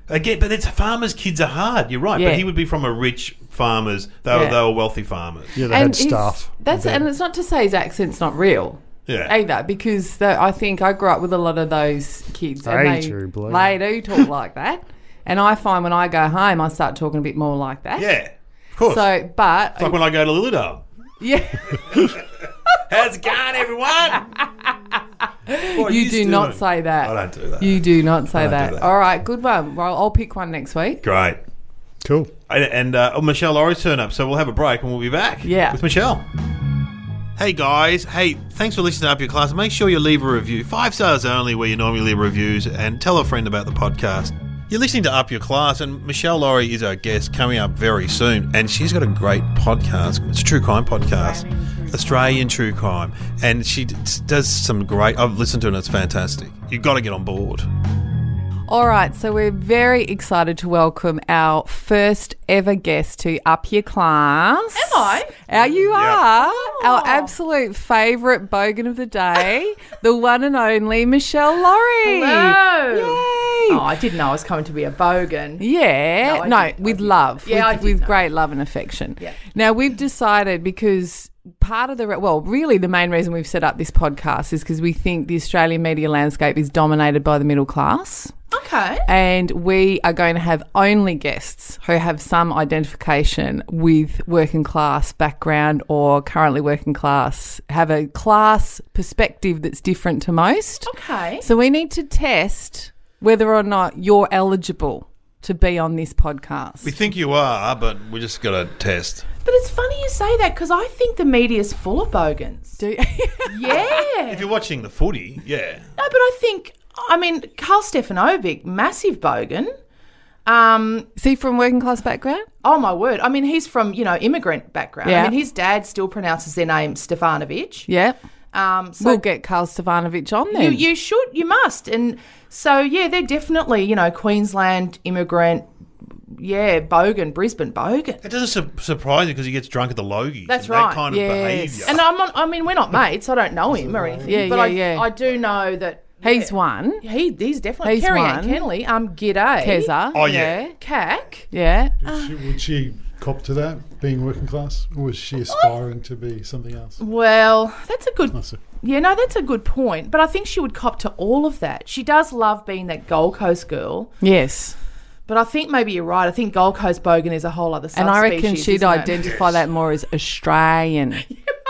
Speaker 2: again, but it's farmers' kids are hard. You're right,
Speaker 1: Yeah.
Speaker 2: but he would be from a rich farmers. They were,
Speaker 1: Yeah.
Speaker 2: they were wealthy farmers.
Speaker 3: Yeah, they had
Speaker 1: his-
Speaker 3: staff.
Speaker 1: That's
Speaker 3: Yeah.
Speaker 1: and it's not to say his accent's not real
Speaker 2: Yeah,
Speaker 1: either, because the, I think I grew up with a lot of those kids, and
Speaker 3: They
Speaker 1: they
Speaker 3: do, bloody.
Speaker 1: they do talk like that. And I find when I go home, I start talking a bit more like that.
Speaker 2: yeah, of course.
Speaker 1: So, but
Speaker 2: it's like when I go to Lilydale.
Speaker 1: yeah,
Speaker 2: How's it going, everyone? What are
Speaker 1: you do not
Speaker 2: doing?
Speaker 1: say that.
Speaker 2: I don't do that.
Speaker 1: You do not say
Speaker 2: don't do
Speaker 1: that.
Speaker 2: that.
Speaker 1: All right, good one. Well, I'll pick one next week.
Speaker 2: Great.
Speaker 3: Cool.
Speaker 2: And, and uh, oh, Michelle Laurie's turn up, so we'll have a break and we'll be back.
Speaker 1: Yeah.
Speaker 2: With Michelle. Hey guys, hey, thanks for listening up your class. Make sure you leave a review. Five stars only where you normally leave reviews and tell a friend about the podcast. You're listening to Up Your Class, and Michelle Laurie is our guest coming up very soon. And she's got a great podcast. It's a true crime podcast, Australian True Crime. And she d- does some great, I've listened to it, and it's fantastic. You've got to get on board.
Speaker 1: All right, so we're very excited to welcome our first ever guest to Up Your Class. Am
Speaker 4: I? Oh.
Speaker 1: Our, you are our absolute favourite bogan of the day, the one and only Michelle Laurie.
Speaker 4: Hello.
Speaker 1: Yay!
Speaker 4: Oh, I didn't know I was coming to be a bogan.
Speaker 1: Yeah,
Speaker 4: No, I
Speaker 1: no,
Speaker 4: didn't. I
Speaker 1: with
Speaker 4: didn't.
Speaker 1: love.
Speaker 4: Yeah,
Speaker 1: with,
Speaker 4: I did
Speaker 1: with
Speaker 4: know.
Speaker 1: great love and affection.
Speaker 4: Yeah.
Speaker 1: Now we've decided because part of the re- well, really the main reason we've set up this podcast is because we think the Australian media landscape is dominated by the middle class.
Speaker 4: Okay.
Speaker 1: And we are going to have only guests who have some identification with working class background or currently working class, have a class perspective that's different to most.
Speaker 4: Okay.
Speaker 1: So we need to test whether or not you're eligible to be on this podcast.
Speaker 2: We think you are, but we just got to test.
Speaker 4: But it's funny you say that because I think the media's full of bogans.
Speaker 1: Do-
Speaker 4: Yeah.
Speaker 2: If you're watching the footy, yeah.
Speaker 4: No, but I think, I mean, Carl Stefanovic, massive bogan. Um,
Speaker 1: Is he from working class background?
Speaker 4: oh my word. I mean, he's from, you know, immigrant background.
Speaker 1: Yeah.
Speaker 4: I mean, his dad still pronounces their name Stefanovic.
Speaker 1: Yeah.
Speaker 4: Um, so
Speaker 1: we'll get Carl Stefanovic on
Speaker 4: you,
Speaker 1: then.
Speaker 4: you should, you must. And so, yeah, they're definitely, you know, Queensland immigrant, yeah, bogan, Brisbane bogan.
Speaker 2: It doesn't su- surprise me because he gets drunk at the Logies.
Speaker 4: That's
Speaker 2: and That
Speaker 4: right.
Speaker 2: kind
Speaker 1: Yes.
Speaker 2: of behaviour.
Speaker 4: And I'm on, I mean, we're not mates. I don't know him or anything.
Speaker 1: Yeah,
Speaker 4: but
Speaker 1: yeah,
Speaker 4: I,
Speaker 1: yeah.
Speaker 4: I do know that
Speaker 1: He's
Speaker 4: yeah.
Speaker 1: one.
Speaker 4: He, he's definitely
Speaker 1: He's
Speaker 4: Kerry
Speaker 1: one.
Speaker 4: Ann Kenley. Um, g'day.
Speaker 1: Teza.
Speaker 2: Oh, yeah.
Speaker 4: Cack.
Speaker 1: Yeah.
Speaker 3: Did she, would she cop to that, being working class? Or was she aspiring to be something else?
Speaker 4: Well, that's a
Speaker 3: I
Speaker 4: good.
Speaker 3: see.
Speaker 4: Yeah, no, that's a good point. But I think she would cop to all of that. She does love being that Gold Coast girl.
Speaker 1: Yes.
Speaker 4: But I think maybe you're right. I think Gold Coast bogan is a whole other.
Speaker 1: And I reckon
Speaker 4: subspecies,
Speaker 1: she'd
Speaker 4: isn't it?
Speaker 1: identify that more as Australian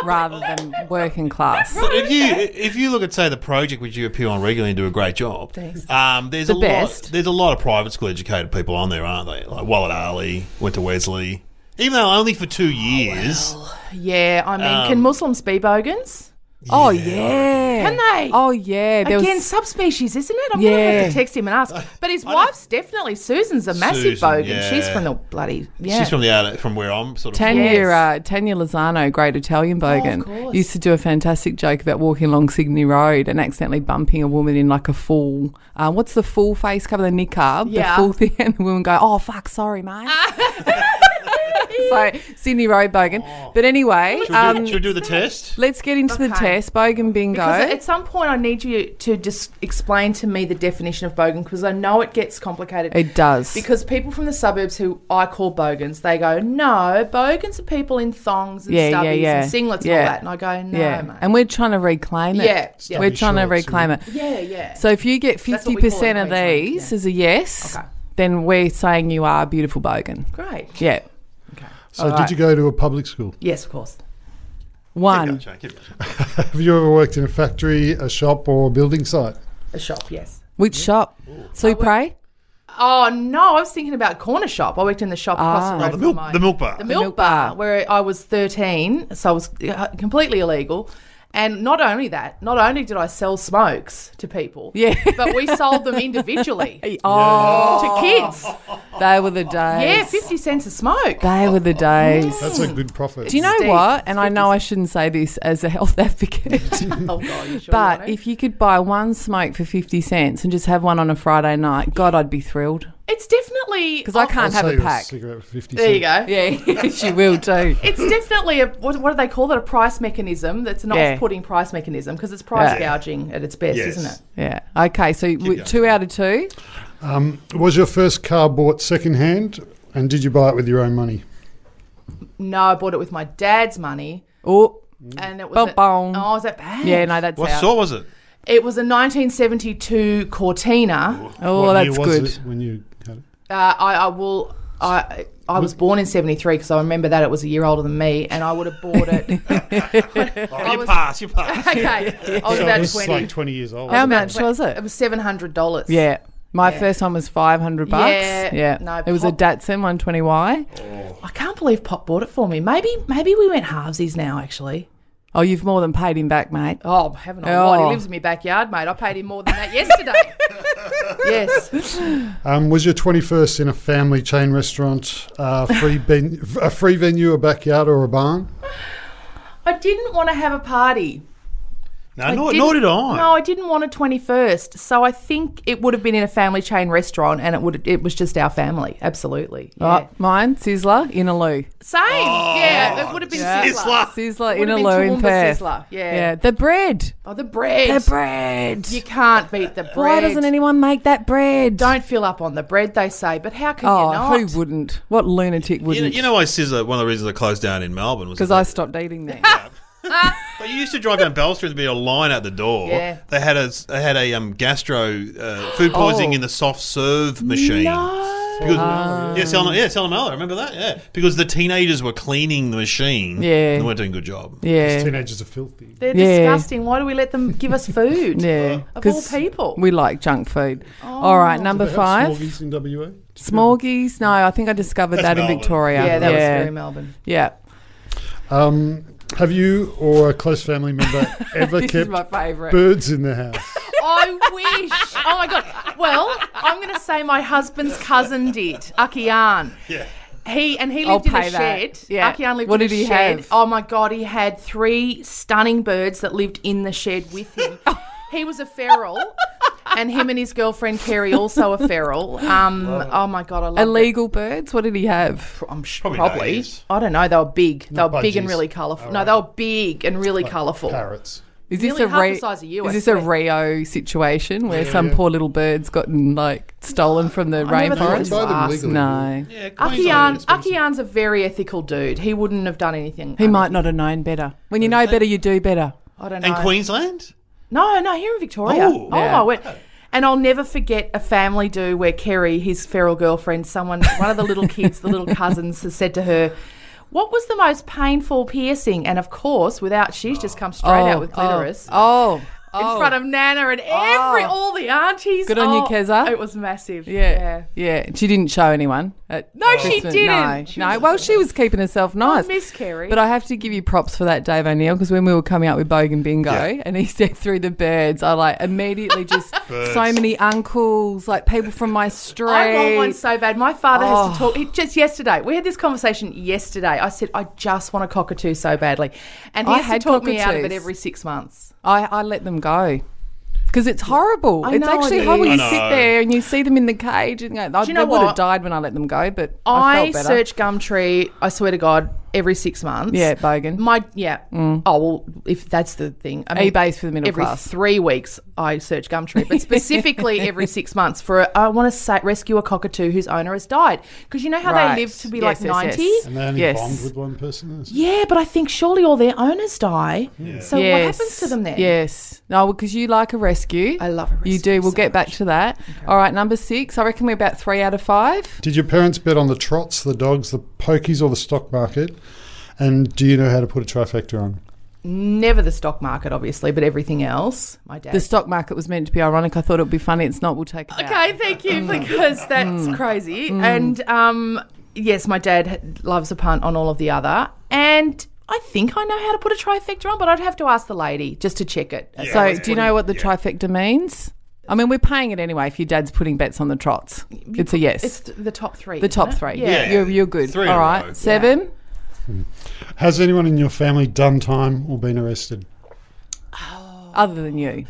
Speaker 1: rather than working class.
Speaker 2: But if you if you look at say the project which you appear on regularly and do a great job,
Speaker 4: Thanks.
Speaker 2: um, there's
Speaker 1: The
Speaker 2: a lot
Speaker 1: best.
Speaker 2: there's a lot of private school educated people on there, aren't they? Like Wallet Ali went to Wesley, even though only for two
Speaker 4: Oh,
Speaker 2: years.
Speaker 4: Yeah, I mean, can Muslims be bogans?
Speaker 1: Oh yeah.
Speaker 4: Can they?
Speaker 1: Oh yeah. There
Speaker 4: Again,
Speaker 1: was
Speaker 4: subspecies, isn't it? I'm gonna
Speaker 1: Yeah.
Speaker 4: have to text him and ask. But his wife's definitely Susan's a massive
Speaker 2: Susan,
Speaker 4: bogan. She's
Speaker 2: yeah.
Speaker 4: from the bloody yeah.
Speaker 2: She's from the outer, from where I'm sort of. from.
Speaker 1: Tanya
Speaker 4: Yes. Oh,
Speaker 1: uh, Tanya Lozano, great Italian bogan,
Speaker 4: course.
Speaker 1: used to do a fantastic joke about walking along Sydney Road and accidentally bumping a woman in like a full uh, what's the full face cover the niqab
Speaker 4: Yeah.
Speaker 1: the
Speaker 4: Ah.
Speaker 1: full thing and the woman go oh fuck sorry mate. so Sydney Road bogan, but anyway,
Speaker 2: Oh. Should, we
Speaker 4: uh,
Speaker 2: do,
Speaker 1: um,
Speaker 2: should we do the test?
Speaker 1: let's get into the
Speaker 4: Okay.
Speaker 1: test bogan bingo.
Speaker 4: Because at some point, I need you to just explain to me the definition of bogan because I know it gets complicated.
Speaker 1: it does
Speaker 4: because people from the suburbs who I call bogans, they go, no, bogans are people in thongs and
Speaker 1: Yeah, yeah,
Speaker 4: stubbies
Speaker 1: yeah.
Speaker 4: and singlets
Speaker 1: Yeah.
Speaker 4: and all that. And I go, no,
Speaker 1: yeah,
Speaker 4: mate.
Speaker 1: and we're trying to reclaim it.
Speaker 4: Yeah, yeah.
Speaker 1: we're
Speaker 3: Stubby
Speaker 1: trying to
Speaker 3: shorts
Speaker 1: reclaim it.
Speaker 4: yeah, yeah.
Speaker 1: So if you get
Speaker 4: That's
Speaker 1: fifty
Speaker 4: what we call it in
Speaker 1: percent of
Speaker 4: Queensland,
Speaker 1: these
Speaker 4: yeah.
Speaker 1: as a yes,
Speaker 4: Okay.
Speaker 1: then we're saying you are a beautiful bogan.
Speaker 4: Great.
Speaker 1: Yeah.
Speaker 3: So, did
Speaker 1: Alright.
Speaker 3: you go to a public school?
Speaker 4: Yes, of course.
Speaker 1: One.
Speaker 3: Have you ever worked in a factory, a shop, or a building site?
Speaker 4: A shop, yes.
Speaker 1: Which shop? Supre?
Speaker 4: Oh no, I was thinking about corner shop. I worked in the shop across
Speaker 1: Ah.
Speaker 4: the road.
Speaker 2: Oh, the
Speaker 4: from
Speaker 2: milk,
Speaker 4: mine.
Speaker 2: the milk bar.
Speaker 4: The milk,
Speaker 1: milk
Speaker 4: bar,
Speaker 1: bar.
Speaker 4: where I was 13, so I was uh, completely illegal. And not only that, not only did I sell smokes to people,
Speaker 1: Yeah.
Speaker 4: but we sold them individually
Speaker 1: Oh,
Speaker 4: to kids.
Speaker 1: they were the days.
Speaker 4: Yeah, 50 cents a smoke.
Speaker 1: They were the days.
Speaker 3: That's a good profit.
Speaker 1: Do you know
Speaker 4: Steve,
Speaker 1: what? And I know I shouldn't say this as a health advocate,
Speaker 4: Oh, God, you sure
Speaker 1: but
Speaker 4: want it?
Speaker 1: if you could buy one smoke for 50 cents and just have one on a Friday night, God, I'd be thrilled.
Speaker 4: it's definitely.
Speaker 1: Because I can't
Speaker 3: I'll
Speaker 1: have
Speaker 3: sell
Speaker 1: a
Speaker 3: you
Speaker 1: pack.
Speaker 3: cigarette for 50
Speaker 4: There you
Speaker 3: cents.
Speaker 4: go.
Speaker 1: Yeah, she will too.
Speaker 4: It's definitely a what, what do they call it? A price mechanism that's an
Speaker 1: Yeah.
Speaker 4: off-putting price mechanism because it's price
Speaker 1: Yeah.
Speaker 4: gouging at its best,
Speaker 2: Yes.
Speaker 4: isn't it?
Speaker 1: Yeah. Okay, so we-
Speaker 2: going.
Speaker 1: two out of two.
Speaker 3: Was your first car bought secondhand, and did you buy it with your own money?
Speaker 4: No, I bought it with my dad's money,
Speaker 1: Oh,
Speaker 4: and it was. a-
Speaker 1: Ba-boom.
Speaker 4: oh, is that bad?
Speaker 1: yeah, no, that's
Speaker 2: What
Speaker 1: out.
Speaker 2: sort was it?
Speaker 4: It was a 1972 Cortina.
Speaker 1: Oh,
Speaker 3: What year
Speaker 1: that's
Speaker 3: was
Speaker 1: good.
Speaker 3: it when you had it?
Speaker 4: Uh, I, I will. I I was born in '73 because I remember that it was a year older than me, and I would have bought it. I
Speaker 2: Oh, you
Speaker 4: was,
Speaker 2: pass, you pass.
Speaker 4: okay, I was
Speaker 3: So it
Speaker 4: about
Speaker 3: was
Speaker 4: twenty.
Speaker 3: like 20 years old.
Speaker 1: How much was
Speaker 4: It
Speaker 1: it?
Speaker 4: was seven hundred dollars.
Speaker 1: Yeah. My
Speaker 4: Yeah.
Speaker 1: first one was 500 bucks.
Speaker 4: Yeah,
Speaker 1: Yeah.
Speaker 4: no,
Speaker 1: it was a
Speaker 4: pop-
Speaker 1: Datsun 120Y.
Speaker 4: I can't believe Pop bought it for me. Maybe maybe we went halvesies now. Actually,
Speaker 1: Oh, you've more than paid him back, mate.
Speaker 4: oh, haven't I? What?
Speaker 1: Oh.
Speaker 4: He lives in my backyard, mate. I paid him more than that yesterday. yes.
Speaker 3: Um, was your 21st in a family chain restaurant, uh, free ben- a free venue, a backyard, or a barn?
Speaker 4: I didn't want to have a party.
Speaker 2: No, nor,
Speaker 4: didn't-
Speaker 2: nor did I.
Speaker 4: No, I didn't want a twenty first. So I think it would have been in a family chain restaurant, and it would it was just our family. Absolutely. Yeah.
Speaker 1: Oh, mine, Sizzler, Inaloo.
Speaker 4: Same. yeah, it would have been
Speaker 1: yeah.
Speaker 4: Sizzler.
Speaker 1: Sizzler,
Speaker 4: Would have been
Speaker 1: Inaloo in
Speaker 4: Toowoomba
Speaker 1: Perth.
Speaker 4: Sizzler, yeah.
Speaker 1: The bread.
Speaker 4: Oh, the bread.
Speaker 1: The bread.
Speaker 4: You can't beat the bread.
Speaker 1: Why doesn't anyone make that bread?
Speaker 4: Don't fill up on the bread, they say, but how can you
Speaker 1: Oh,
Speaker 4: not?
Speaker 1: who wouldn't? What lunatic
Speaker 2: You know,
Speaker 1: wouldn't?
Speaker 2: you know why Sizzler, one of the reasons it closed down in Melbourne was
Speaker 1: because
Speaker 2: that
Speaker 1: I
Speaker 2: they-
Speaker 1: stopped eating there.
Speaker 2: But you used to drive down Bell Street, there'd be a line at the door.
Speaker 4: Yeah.
Speaker 2: They had a they had a um, gastro uh, food poisoning in the soft serve machine. Because, yeah, salmonella. Yeah, salmonella. I remember that. Yeah, because the teenagers were cleaning the machine.
Speaker 1: Yeah.
Speaker 2: and they weren't doing a good job.
Speaker 1: yeah.
Speaker 3: Teenagers are filthy.
Speaker 4: They're
Speaker 1: Yeah.
Speaker 4: disgusting. Why do we let them give us food?
Speaker 1: Yeah.
Speaker 4: Of all
Speaker 1: 'Cause
Speaker 4: people.
Speaker 1: We like junk food. All right, number five.
Speaker 3: Smorgies in WA?
Speaker 1: Smorgies. No, I think I discovered
Speaker 2: That's
Speaker 1: that in
Speaker 2: Melbourne.
Speaker 1: Victoria.
Speaker 4: yeah, that was
Speaker 1: yeah.
Speaker 4: very Melbourne.
Speaker 1: Yeah.
Speaker 3: Um, have you or a close family member ever
Speaker 1: This is
Speaker 3: kept
Speaker 1: my favourite.
Speaker 3: birds in the house?
Speaker 4: I wish. Oh my god. Well, I'm going to say my husband's cousin did, Akian.
Speaker 2: Yeah.
Speaker 4: He and he
Speaker 1: I'll
Speaker 4: lived in
Speaker 1: pay
Speaker 4: a
Speaker 1: that.
Speaker 4: shed.
Speaker 1: Yeah.
Speaker 4: Akian lived
Speaker 1: What
Speaker 4: in
Speaker 1: did
Speaker 4: a
Speaker 1: he
Speaker 4: shed.
Speaker 1: have?
Speaker 4: Oh my god, he had three stunning birds that lived in the shed with him.
Speaker 1: Oh.
Speaker 4: he was a feral. And him and his girlfriend Kerry also a feral. Um, oh my god, I love
Speaker 1: Illegal birds? What did he have?
Speaker 4: I'm sh-
Speaker 2: Probably
Speaker 4: probably.
Speaker 2: days.
Speaker 4: I don't know. They were big. They were big and
Speaker 3: budgies.
Speaker 4: really colourful.
Speaker 3: All
Speaker 4: No,
Speaker 3: right.
Speaker 4: they were big and really colourful.
Speaker 3: Parrots.
Speaker 1: Is
Speaker 4: Nearly
Speaker 1: this a
Speaker 4: half
Speaker 1: Re-
Speaker 4: the size of you,
Speaker 1: Is
Speaker 4: I
Speaker 1: this a
Speaker 4: swear.
Speaker 1: Rio situation where some
Speaker 3: yeah.
Speaker 1: poor little bird's gotten like stolen from the
Speaker 4: I never thought
Speaker 1: rainforest?
Speaker 4: to
Speaker 3: Buy them
Speaker 4: ask.
Speaker 3: legally.
Speaker 1: No,
Speaker 2: Yeah, Queensland
Speaker 4: Akian,
Speaker 2: is expensive.
Speaker 4: Akian's a very ethical dude. He wouldn't have done anything.
Speaker 1: he might not have known better. When you know better, you do better.
Speaker 4: I don't know.
Speaker 2: and Queensland.
Speaker 4: No, no, here in Victoria.
Speaker 2: Oh.
Speaker 4: Oh,
Speaker 1: Yeah.
Speaker 4: my word. And I'll never forget a family do where Kerry, his feral girlfriend, someone, one of the little kids, the little cousins, has said to her, "What was the most painful piercing?" And of course, without she's just come straight out with clitoris.
Speaker 1: Oh, oh,
Speaker 4: in front of Nana and every
Speaker 1: Oh.
Speaker 4: all the aunties.
Speaker 1: Good on you,
Speaker 4: Oh,
Speaker 1: Keza.
Speaker 4: It was massive.
Speaker 1: yeah, yeah. She didn't show anyone. at
Speaker 4: No, she
Speaker 1: Christmas.
Speaker 4: didn't.
Speaker 1: No,
Speaker 4: She
Speaker 1: no.
Speaker 4: was- Oh,
Speaker 1: well, she was keeping herself nice.
Speaker 4: Miss Kerry.
Speaker 1: But I have to give you props for that, Dave O'Neill, because when we were coming up with Bogan Bingo
Speaker 2: Yeah.
Speaker 1: and he said through the birds, I like immediately just so many uncles, like people from my street.
Speaker 4: I want one so bad. My father has
Speaker 1: Oh.
Speaker 4: to talk. He, just yesterday, we had this conversation yesterday. I said, I just want a cockatoo so badly, and he
Speaker 1: I
Speaker 4: has
Speaker 1: had
Speaker 4: to talk me out of it
Speaker 1: cockatoos.
Speaker 4: every six months.
Speaker 1: I, I let them go. Because it's horrible.
Speaker 4: I
Speaker 1: it's
Speaker 4: know
Speaker 1: actually
Speaker 4: it
Speaker 1: horrible.
Speaker 4: is.
Speaker 1: You
Speaker 2: I
Speaker 1: sit
Speaker 2: know.
Speaker 1: there and you see them in the cage, and you go, I
Speaker 4: you know
Speaker 1: they would have
Speaker 4: what?
Speaker 1: died when I let them go, but I, felt
Speaker 4: I,
Speaker 1: better.
Speaker 4: search Gumtree. I swear to God, every six months.
Speaker 1: Yeah, bogan. Mm.
Speaker 4: My yeah. Oh well, if that's the thing. I mean,
Speaker 1: eBay's for the middle
Speaker 4: every
Speaker 1: class.
Speaker 4: three weeks, I search Gumtree, but specifically every six months for I want to say, rescue a cockatoo whose owner has died because you know how
Speaker 1: Right.
Speaker 4: they live to be
Speaker 1: Yes, yes,
Speaker 4: like
Speaker 1: yes.
Speaker 4: ninety.
Speaker 3: And they only
Speaker 1: Yes.
Speaker 3: bond with one person. That's-
Speaker 4: Yeah, but I think surely all their owners die. So what happens to them then?
Speaker 1: Yes. No, because you like a rescue.
Speaker 4: I love a
Speaker 1: You
Speaker 4: rescue
Speaker 1: do. We'll
Speaker 4: so
Speaker 1: get back to that. All right, number six. I reckon we're about three out of five.
Speaker 3: Did your parents bet on the trots, the dogs, the pokies, or the stock market? And do you know how to put a trifecta on?
Speaker 4: Never the stock market, obviously, but everything else. My dad.
Speaker 1: The stock market was meant to be ironic. I thought it would be funny. It's not. We'll take it. out.
Speaker 4: Okay, thank you
Speaker 1: Mm.
Speaker 4: because that's crazy. And um, yes, my dad had- loves a punt on all of the other, and I think I know how to put a trifecta on, but I'd have to ask the lady just to check it.
Speaker 2: Yeah.
Speaker 1: So,
Speaker 2: let's
Speaker 1: do you
Speaker 2: put
Speaker 1: know
Speaker 2: it-
Speaker 1: what the
Speaker 2: yeah.
Speaker 1: trifecta means? I mean, we're paying it anyway. If your dad's putting bets on the trots, it's a yes.
Speaker 4: It's th- the top three.
Speaker 1: the
Speaker 4: isn't
Speaker 1: top
Speaker 4: it?
Speaker 1: three.
Speaker 4: Yeah.
Speaker 2: Yeah.
Speaker 1: You're, you're good.
Speaker 2: Three in
Speaker 1: All
Speaker 2: a
Speaker 1: right.
Speaker 2: row.
Speaker 1: Seven.
Speaker 3: Has anyone in your family done time or been arrested?
Speaker 1: Other than you.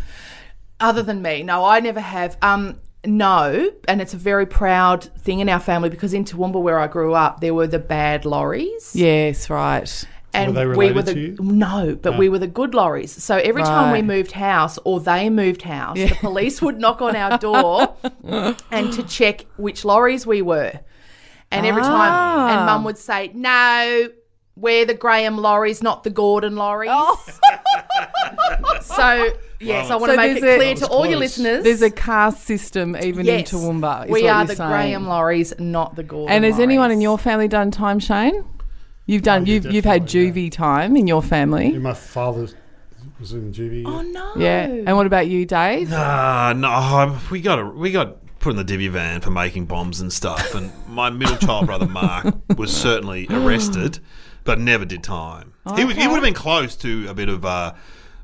Speaker 4: Other than me, no, I never have. Um, no, and it's a very proud thing in our family because in Toowoomba, where I grew up, there were the bad lorries.
Speaker 1: Yes, right.
Speaker 4: and
Speaker 3: they
Speaker 4: we were
Speaker 3: related
Speaker 4: the
Speaker 3: to you?
Speaker 4: no, but we were the good lorries. So every time we
Speaker 1: Right.
Speaker 4: moved house or they moved house, the police would knock on our door and to check which lorries we were. And every time, and
Speaker 1: Ah.
Speaker 4: Mum would say, "No, we're the Graham lorries, not the Gordon lorries." so yes, I want
Speaker 1: Oh. So
Speaker 4: to make it
Speaker 1: there's a-
Speaker 4: clear to all your
Speaker 3: close.
Speaker 4: listeners.
Speaker 1: There's a caste system even
Speaker 4: yes,
Speaker 1: in Toowoomba. is
Speaker 4: we
Speaker 1: what
Speaker 4: are
Speaker 1: you're
Speaker 4: the
Speaker 1: saying.
Speaker 4: Graham lorries, not the Gordon.
Speaker 1: And has anyone
Speaker 4: lorries.
Speaker 1: in your family done time, Shane? You've done.
Speaker 3: Oh, yeah,
Speaker 1: you've you've had
Speaker 3: definitely,
Speaker 1: juvie time in your
Speaker 3: Yeah,
Speaker 1: family.
Speaker 3: my father was in juvie.
Speaker 4: Oh no!
Speaker 1: Yeah. And what about you, Dave?
Speaker 2: Ah, no, I'm- we got we got put in the divvy van for making bombs and stuff, and my middle child brother Mark was certainly arrested, but never did time. He was he would have been close to a bit of. Uh,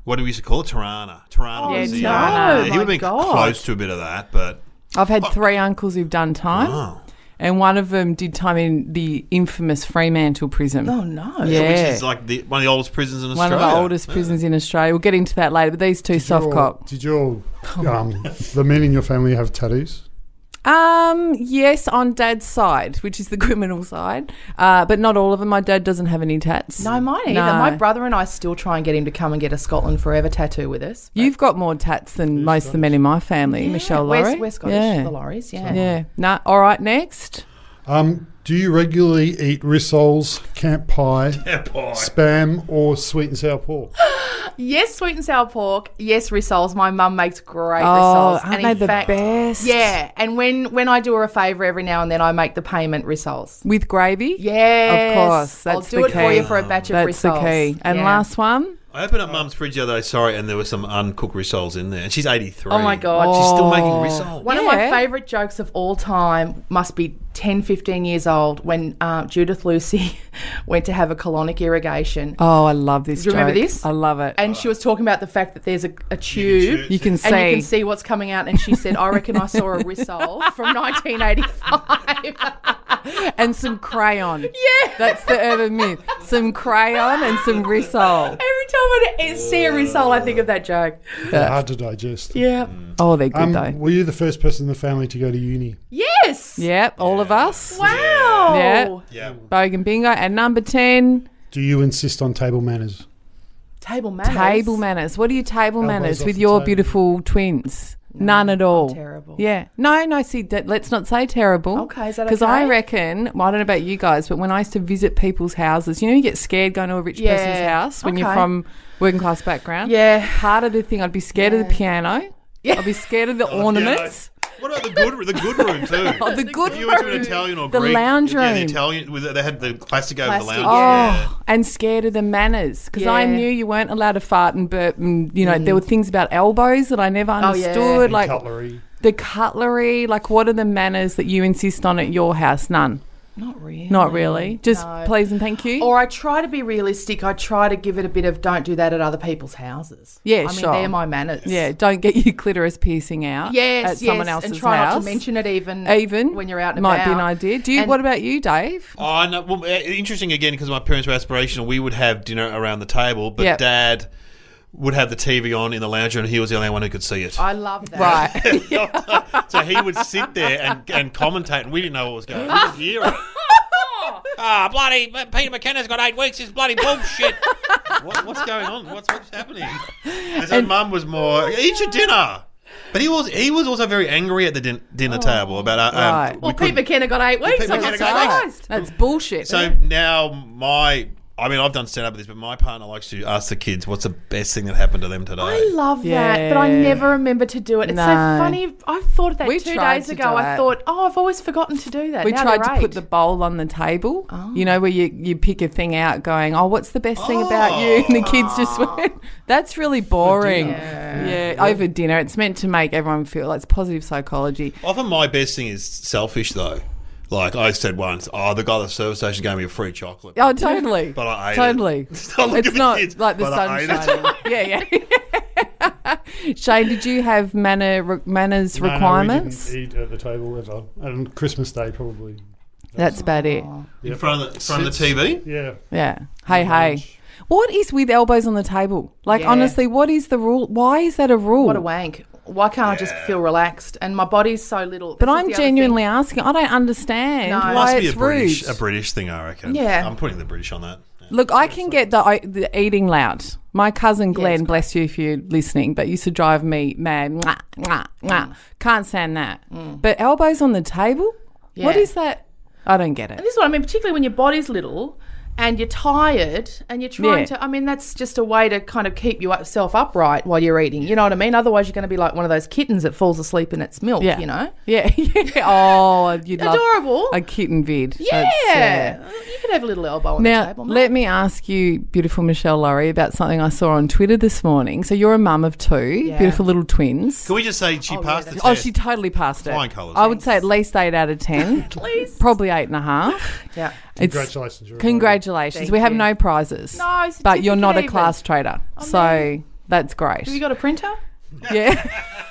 Speaker 2: what do we used to call it? Tirana. Tirana
Speaker 4: Oh,
Speaker 2: was the,
Speaker 4: no,
Speaker 2: uh, He
Speaker 4: my
Speaker 2: would have been
Speaker 4: God.
Speaker 2: close to a bit of that, but.
Speaker 1: I've had three uncles who've done time,
Speaker 2: Oh.
Speaker 1: and one of them did time in the infamous Fremantle prison.
Speaker 4: Oh no!
Speaker 1: Yeah.
Speaker 2: Which is like the, one of the oldest prisons in
Speaker 1: One
Speaker 2: Australia.
Speaker 1: of the oldest prisons in Australia. We'll get into that later. But these two
Speaker 3: Did you
Speaker 1: soft
Speaker 3: all-
Speaker 1: cop.
Speaker 3: Did you all, um, the men in your family have tattoos?
Speaker 1: Um, yes, on Dad's side, which is the criminal side, uh, but not all of them. My dad doesn't have any tats.
Speaker 4: No, mine either.
Speaker 1: No.
Speaker 4: My brother and I still try and get him to come and get a Scotland Forever tattoo with us.
Speaker 1: You've got more tats than most of the men in my family. Michelle Laurie.
Speaker 4: We're, we're Scottish,
Speaker 1: Yeah.
Speaker 4: the Lorries, yeah.
Speaker 1: Yeah. No. All right. Next.
Speaker 3: Um, do you regularly eat rissoles, camp pie,
Speaker 2: Yeah, boy.
Speaker 3: spam, or sweet and sour pork?
Speaker 4: Yes, sweet and sour pork. Yes, rissoles. My mum makes great
Speaker 1: Oh,
Speaker 4: rissoles.
Speaker 1: aren't they the best?
Speaker 4: Yeah, and when, when I do her a favour every now and then, I make the payment rissoles.
Speaker 1: With gravy.
Speaker 4: Yes.
Speaker 1: course,
Speaker 4: I'll
Speaker 1: that's
Speaker 4: do
Speaker 1: the
Speaker 4: it for
Speaker 1: key.
Speaker 4: you for a batch of
Speaker 1: That's the
Speaker 4: rissoles.
Speaker 1: key. And
Speaker 4: Yeah.
Speaker 1: last one.
Speaker 2: I opened up Mum's fridge the other day, sorry, and there were some uncooked rissoles in there. And she's 83.
Speaker 4: Oh, my God.
Speaker 2: She's still making
Speaker 1: Oh.
Speaker 2: rissoles.
Speaker 4: One of my
Speaker 1: Yeah.
Speaker 4: favourite jokes of all time must be 10, 15 years old when uh, Judith Lucy went to have a colonic irrigation.
Speaker 1: Oh, I love this.
Speaker 4: Do you remember
Speaker 1: joke.
Speaker 4: this?
Speaker 1: I love it.
Speaker 4: and she was talking about the fact that there's a, a tube
Speaker 1: you can see.
Speaker 4: and you can see what's coming out. And she said, I reckon I saw a Rissole from 1985.
Speaker 1: and some crayon. Yeah. That's the urban myth. Some crayon and some rissole.
Speaker 4: Every time I d- see a Rissole, I think of that joke.
Speaker 3: They're hard to digest.
Speaker 4: Yeah.
Speaker 1: Oh, they're good
Speaker 3: Um,
Speaker 1: though.
Speaker 3: were you the first person in the family to go to uni?
Speaker 4: Yes.
Speaker 1: Yep, all of us.
Speaker 4: Wow.
Speaker 1: Yeah.
Speaker 2: Yeah.
Speaker 1: Bogan Bingo. And number 10,
Speaker 3: Do you insist on table manners?
Speaker 4: Table manners.
Speaker 1: table manners. What are your table
Speaker 3: Elbows
Speaker 1: manners
Speaker 3: off
Speaker 1: with
Speaker 3: the
Speaker 1: your
Speaker 3: table.
Speaker 1: beautiful twins? None at all.
Speaker 4: terrible.
Speaker 1: Yeah. No, no, see, that, let's not say terrible.
Speaker 4: Okay, is that
Speaker 1: Because I
Speaker 4: okay?
Speaker 1: reckon, well, I don't know about you guys, but when I used to visit people's houses, you know, you get scared going to a rich
Speaker 4: Yeah.
Speaker 1: person's house when you're
Speaker 4: Okay.
Speaker 1: from working class background.
Speaker 4: Yeah.
Speaker 1: Part of the thing, I'd be scared of the piano.
Speaker 4: Yeah.
Speaker 1: I'd be scared of the ornaments.
Speaker 2: Oh, What about the good the good room too?
Speaker 1: Oh, the good
Speaker 2: if you went to
Speaker 1: room.
Speaker 2: an Italian or
Speaker 1: The
Speaker 2: Greek,
Speaker 1: lounge
Speaker 2: yeah, the
Speaker 1: room.
Speaker 2: Italian with they had the plastic over
Speaker 4: Plastic,
Speaker 2: the
Speaker 1: Oh,
Speaker 2: lounge. Yeah.
Speaker 1: and scared of the manners because I
Speaker 4: Yeah. Mm.
Speaker 1: knew you weren't allowed to fart and burp, and you know there were things about elbows that I never
Speaker 4: Oh, yeah.
Speaker 1: understood,
Speaker 3: And
Speaker 1: like
Speaker 3: cutlery.
Speaker 1: the cutlery. Like, what are the manners that you insist on at your house? None,
Speaker 4: Not really.
Speaker 1: not really. Just
Speaker 4: Mm, No.
Speaker 1: please and thank you.
Speaker 4: Or I try to be realistic. I try to give it a bit of don't do that at other people's houses.
Speaker 1: Yeah,
Speaker 4: I mean,
Speaker 1: sure.
Speaker 4: they're my manners.
Speaker 1: yeah, don't get your clitoris piercing out
Speaker 4: Yes,
Speaker 1: at someone
Speaker 4: yes,
Speaker 1: else's
Speaker 4: and try
Speaker 1: house.
Speaker 4: not to mention it even,
Speaker 1: Even
Speaker 4: when you're out and
Speaker 1: might
Speaker 4: about.
Speaker 1: be an idea. Do you?
Speaker 4: And-
Speaker 1: what about you, Dave?
Speaker 2: Oh, no, well, uh, interesting again because my parents were aspirational. We would have dinner around the table, but
Speaker 1: Yep.
Speaker 2: Dad would have the TV on in the lounge room. and He was the only one who could see it.
Speaker 4: I love that.
Speaker 1: Right.
Speaker 2: so he would sit there and, and commentate, and we didn't know what was going. on. We didn't hear it. Ah, bloody Peter McKenna's got eight weeks. This bloody bullshit. what, what's going on? What's what's happening? And so mum was more eat your dinner. But he was he was also very angry at the din- dinner table about uh, um,
Speaker 1: Right.
Speaker 2: we
Speaker 4: Well, Pete
Speaker 2: couldn't-
Speaker 4: McKenna got eight weeks.
Speaker 2: Pete
Speaker 4: I'm
Speaker 2: McKenna
Speaker 4: not
Speaker 2: got eight weeks.
Speaker 4: surprised.
Speaker 1: That's bullshit.
Speaker 2: So now my I mean, I've done stand up with this, but my partner likes to ask the kids what's the best thing that happened to them today.
Speaker 4: I love that, but I
Speaker 1: Yeah.
Speaker 4: never remember to do it. It's so
Speaker 1: No.
Speaker 4: funny. I thought of that
Speaker 1: We
Speaker 4: two
Speaker 1: tried
Speaker 4: days
Speaker 1: to
Speaker 4: ago.
Speaker 1: do
Speaker 4: I
Speaker 1: it.
Speaker 4: thought, oh, I've always forgotten to do that.
Speaker 1: We
Speaker 4: Now
Speaker 1: tried
Speaker 4: they're
Speaker 1: to put
Speaker 4: eight.
Speaker 1: the bowl on the table, you know, where you, you pick a thing out going, oh, what's the best thing about you? And the kids just
Speaker 4: Oh.
Speaker 1: went, that's really boring. Yeah. over dinner. It's meant to make everyone feel like it's positive psychology.
Speaker 2: Often my best thing is selfish though. Like I said once, oh, the guy at the service station gave me a free chocolate.
Speaker 1: Oh, totally.
Speaker 2: But I ate it.
Speaker 1: Totally.
Speaker 2: Don't look at
Speaker 1: it's
Speaker 2: the
Speaker 1: not
Speaker 2: kids,
Speaker 1: like the
Speaker 2: but I ate it.
Speaker 1: sunshine. yeah, yeah. Shane, did you have manner, re- manners
Speaker 3: No, no, we
Speaker 1: requirements?
Speaker 3: didn't eat at the table ever. And Christmas Day probably.
Speaker 1: That's about it.
Speaker 2: in front of the, in front of the TV.
Speaker 3: Yeah.
Speaker 1: Yeah. Hey, hey.
Speaker 3: much.
Speaker 1: What is with elbows on the table? Like,
Speaker 4: Yeah.
Speaker 1: honestly, what is the rule? Why is that a rule?
Speaker 4: What a wank. Why can't I just feel relaxed? And my body's so little.
Speaker 1: But
Speaker 4: This is
Speaker 1: I'm
Speaker 4: the other
Speaker 1: genuinely asking. I don't understand
Speaker 4: No.
Speaker 1: why
Speaker 2: Must be
Speaker 1: it's
Speaker 2: a British,
Speaker 1: rude.
Speaker 2: a British thing, I reckon.
Speaker 4: Yeah.
Speaker 2: I'm putting the British on that. Yeah.
Speaker 1: Look, I can get the, I- the eating loud. My cousin Glenn,
Speaker 4: it's-
Speaker 1: bless you if you're listening, but used to drive me mad. Mwah, mwah,
Speaker 4: Mm.
Speaker 1: mwah. Can't stand that. But elbows on the table? What
Speaker 4: Yeah.
Speaker 1: is that? I don't get it.
Speaker 4: This is what I mean, particularly when your body's little and you're tired and you're trying
Speaker 1: Yeah.
Speaker 4: to. I mean, that's just a way to kind of keep yourself upright while you're eating. You know what I mean? Otherwise, you're going to be like one of those kittens that falls asleep in its milk.
Speaker 1: Yeah.
Speaker 4: You know?
Speaker 1: Yeah. yeah. Oh, you'd love
Speaker 4: Adorable.
Speaker 1: a kitten vid.
Speaker 4: yeah.
Speaker 1: That's, uh,
Speaker 4: you could have a little elbow on the
Speaker 1: Now,
Speaker 4: table. mate.
Speaker 1: let me ask you, beautiful Michelle Laurie, about something I saw on Twitter this morning. So you're a mum of two
Speaker 4: Yeah.
Speaker 1: beautiful little twins.
Speaker 2: Can we just say she passed the test?
Speaker 1: Oh, she totally passed it.
Speaker 2: Flying colours.
Speaker 1: I would say at least eight out of ten,
Speaker 4: Please.
Speaker 1: probably eight and a half.
Speaker 4: Yeah.
Speaker 1: It's-
Speaker 3: Congratulations. you're a
Speaker 1: Congratulations.
Speaker 4: Thank
Speaker 1: we have
Speaker 4: you.
Speaker 1: no prizes.
Speaker 4: No,
Speaker 1: but you're not a
Speaker 4: certificate
Speaker 1: class trader, so that's great.
Speaker 4: Have you got a printer?
Speaker 1: yeah.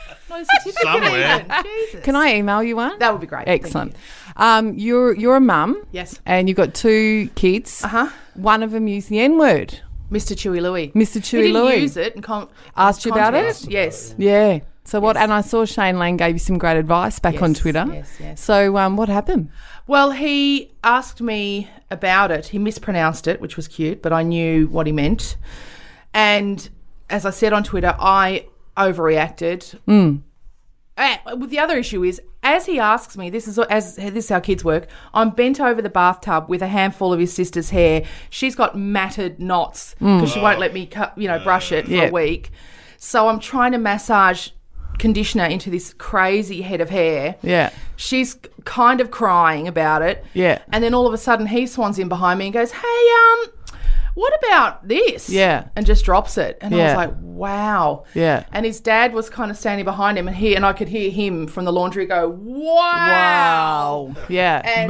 Speaker 4: Not a certificate.
Speaker 2: Somewhere.
Speaker 4: even. Jesus.
Speaker 1: Can I email you one?
Speaker 4: That would be great. Thank
Speaker 1: Excellent.
Speaker 4: you.
Speaker 1: Um, you're you're a mum.
Speaker 4: Yes.
Speaker 1: And you've got two kids. Uh
Speaker 4: Uh-huh.
Speaker 1: One of them used the N word.
Speaker 4: Mr. Chewy Louie.
Speaker 1: Mr. Chewy
Speaker 4: he didn't
Speaker 1: Louie.
Speaker 4: use it and con-
Speaker 1: Asked you about
Speaker 4: context.
Speaker 1: it?
Speaker 4: Yes.
Speaker 1: Yeah. So what? And I saw Shane Lane gave you some great advice back on
Speaker 4: Yes,
Speaker 1: Twitter.
Speaker 4: yes, yes.
Speaker 1: So um, what happened?
Speaker 4: Well, he asked me about it. He mispronounced it, which was cute, but I knew what he meant. And as I said on Twitter, I overreacted.
Speaker 1: Mm.
Speaker 4: Eh, With the other issue is, as he asks me, this is as this is how kids work. I'm bent over the bathtub with a handful of his sister's hair. She's got matted knots because she won't let me, cut, you know, brush it for
Speaker 1: Mm. Yeah.
Speaker 4: a week. So I'm trying to massage conditioner into this crazy head of hair.
Speaker 1: Yeah.
Speaker 4: She's kind of crying about it.
Speaker 1: Yeah.
Speaker 4: And then all of a sudden he swans in behind me and goes, Hey, um, what about this?
Speaker 1: Yeah.
Speaker 4: And just drops it. And I
Speaker 1: Yeah.
Speaker 4: was like, Wow.
Speaker 1: Yeah.
Speaker 4: And his dad was kind of standing behind him and he and I could hear him from the laundry go, Wow.
Speaker 1: Yeah.
Speaker 4: And-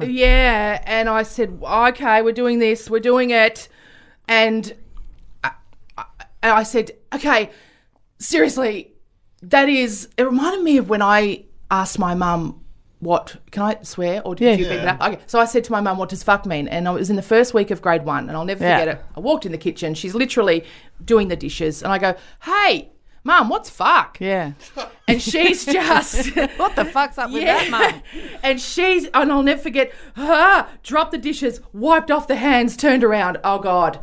Speaker 1: Boom.
Speaker 4: Yeah. And I said, Okay, we're doing this, we're doing it. And I, I, and I said, Okay, seriously, that is, it reminded me of when I asked my mum, what can I swear or did
Speaker 1: Yeah.
Speaker 4: you beat that? Okay, so I said to my mum, "What does fuck mean?" And I was in the first week of grade one, and I'll never
Speaker 1: Yeah.
Speaker 4: forget it. I walked in the kitchen; she's literally doing the dishes, and I go, "Hey, mum, what's fuck?"
Speaker 1: Yeah.
Speaker 4: And she's just
Speaker 1: What the fuck's up with that, mum?
Speaker 4: and she's, and I'll never forget, ah, dropped the dishes, wiped off the hands, turned around. Oh, God.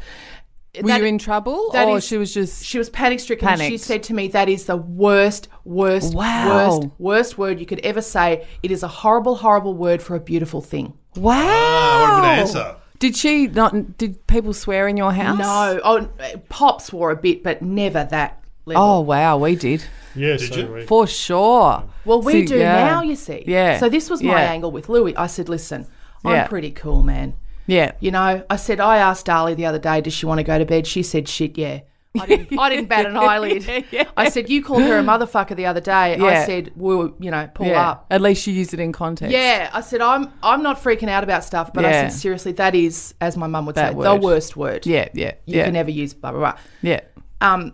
Speaker 1: Were
Speaker 4: That-
Speaker 1: you in trouble,
Speaker 4: that
Speaker 1: or
Speaker 4: is-
Speaker 1: she was just
Speaker 4: She was panic stricken. She
Speaker 1: Panicked.
Speaker 4: said to me, That is the worst, worst,
Speaker 1: Wow.
Speaker 4: worst, worst word you could ever say. It is a horrible, horrible word for a beautiful thing.
Speaker 1: wow?
Speaker 2: Ah, what a good answer.
Speaker 1: Did she not? Did people swear in your house?
Speaker 4: No. Oh, Pop swore a bit, but never that level.
Speaker 1: Oh wow, we did
Speaker 3: Yeah, so
Speaker 2: you?
Speaker 3: we-
Speaker 1: for sure.
Speaker 4: Well, we
Speaker 1: See,
Speaker 4: do
Speaker 1: yeah.
Speaker 4: now, you see.
Speaker 1: Yeah.
Speaker 4: So this was my
Speaker 1: Yeah.
Speaker 4: angle with Louis. I said, Listen,
Speaker 1: Yeah.
Speaker 4: I'm pretty cool, man.
Speaker 1: Yeah.
Speaker 4: You know, I said, I asked Darlie the other day, does she want to go to bed? She said, shit, yeah. I didn't, I didn't bat an eyelid. I said, you called her a motherfucker the other day.
Speaker 1: Yeah.
Speaker 4: I said, well, you know, pull
Speaker 1: yeah.
Speaker 4: up.
Speaker 1: At least you used it in context.
Speaker 4: Yeah, I said I'm I'm not freaking out about stuff, but I
Speaker 1: Yeah.
Speaker 4: said seriously, that is, as my mum would
Speaker 1: That
Speaker 4: say, the
Speaker 1: word.
Speaker 4: worst word.
Speaker 1: Yeah. Yeah.
Speaker 4: you
Speaker 1: yeah.
Speaker 4: can ever use blah blah blah.
Speaker 1: yeah.
Speaker 4: Um,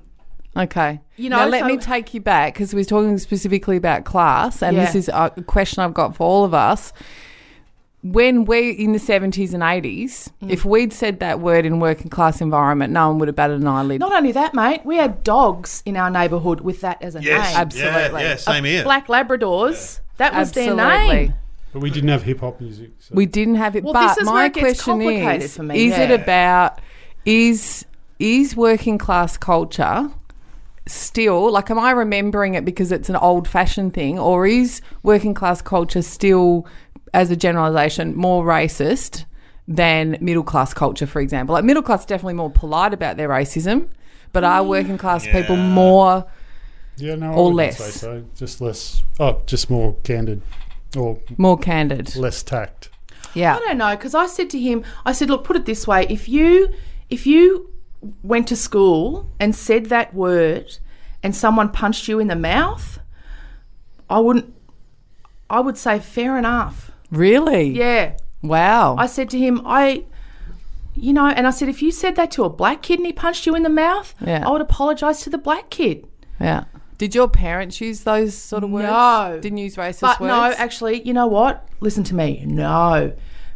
Speaker 1: Okay.
Speaker 4: You
Speaker 1: now
Speaker 4: know,
Speaker 1: let
Speaker 4: so-
Speaker 1: me take you back because we are talking specifically about class, and this
Speaker 4: Yeah.
Speaker 1: is a question I've got for all of us. When we in the seventies and eighties,
Speaker 4: Mm.
Speaker 1: if we'd said that word in working class environment, no one would have batted an eyelid.
Speaker 4: not only that, mate, we had dogs in our neighbourhood with that as a
Speaker 2: Yes,
Speaker 4: name.
Speaker 1: Absolutely.
Speaker 2: Yeah, yeah same here.
Speaker 4: Black Labradors. That was
Speaker 1: Absolutely.
Speaker 4: their name.
Speaker 3: But we didn't have hip hop music. So.
Speaker 1: We didn't have it.
Speaker 4: Well,
Speaker 1: but
Speaker 4: this is
Speaker 1: my
Speaker 4: where it gets
Speaker 1: question
Speaker 4: complicated
Speaker 1: is:
Speaker 4: for me,
Speaker 1: Is it
Speaker 4: yeah.
Speaker 1: about is is working class culture still like? Am I remembering it because it's an old fashioned thing, or is working class culture still, as a generalisation, more racist? than middle class culture, for example. Like middle class, definitely more polite about their racism, but are
Speaker 4: Mm.
Speaker 1: working class people
Speaker 2: Yeah.
Speaker 1: more?
Speaker 3: Yeah, no, I
Speaker 1: Or
Speaker 3: wouldn't
Speaker 1: less.
Speaker 3: say so. Just less. Oh, just more candid or
Speaker 1: More candid,
Speaker 3: less tact.
Speaker 1: yeah.
Speaker 4: I don't know because I said to him, I said, look, put it this way: if you if you went to school and said that word, and someone punched you in the mouth, I wouldn't. I would say fair enough.
Speaker 1: Really?
Speaker 4: Yeah,
Speaker 1: Wow.
Speaker 4: I said to him, I. You know, and I said, if you said that to a black kid and he punched you in the mouth,
Speaker 1: Yeah.
Speaker 4: I would apologise to the black kid.
Speaker 1: yeah. Did your parents use those sort of words?
Speaker 4: No.
Speaker 1: Didn't use racist
Speaker 4: But
Speaker 1: words.
Speaker 4: no, actually, you know what? Listen to me. No,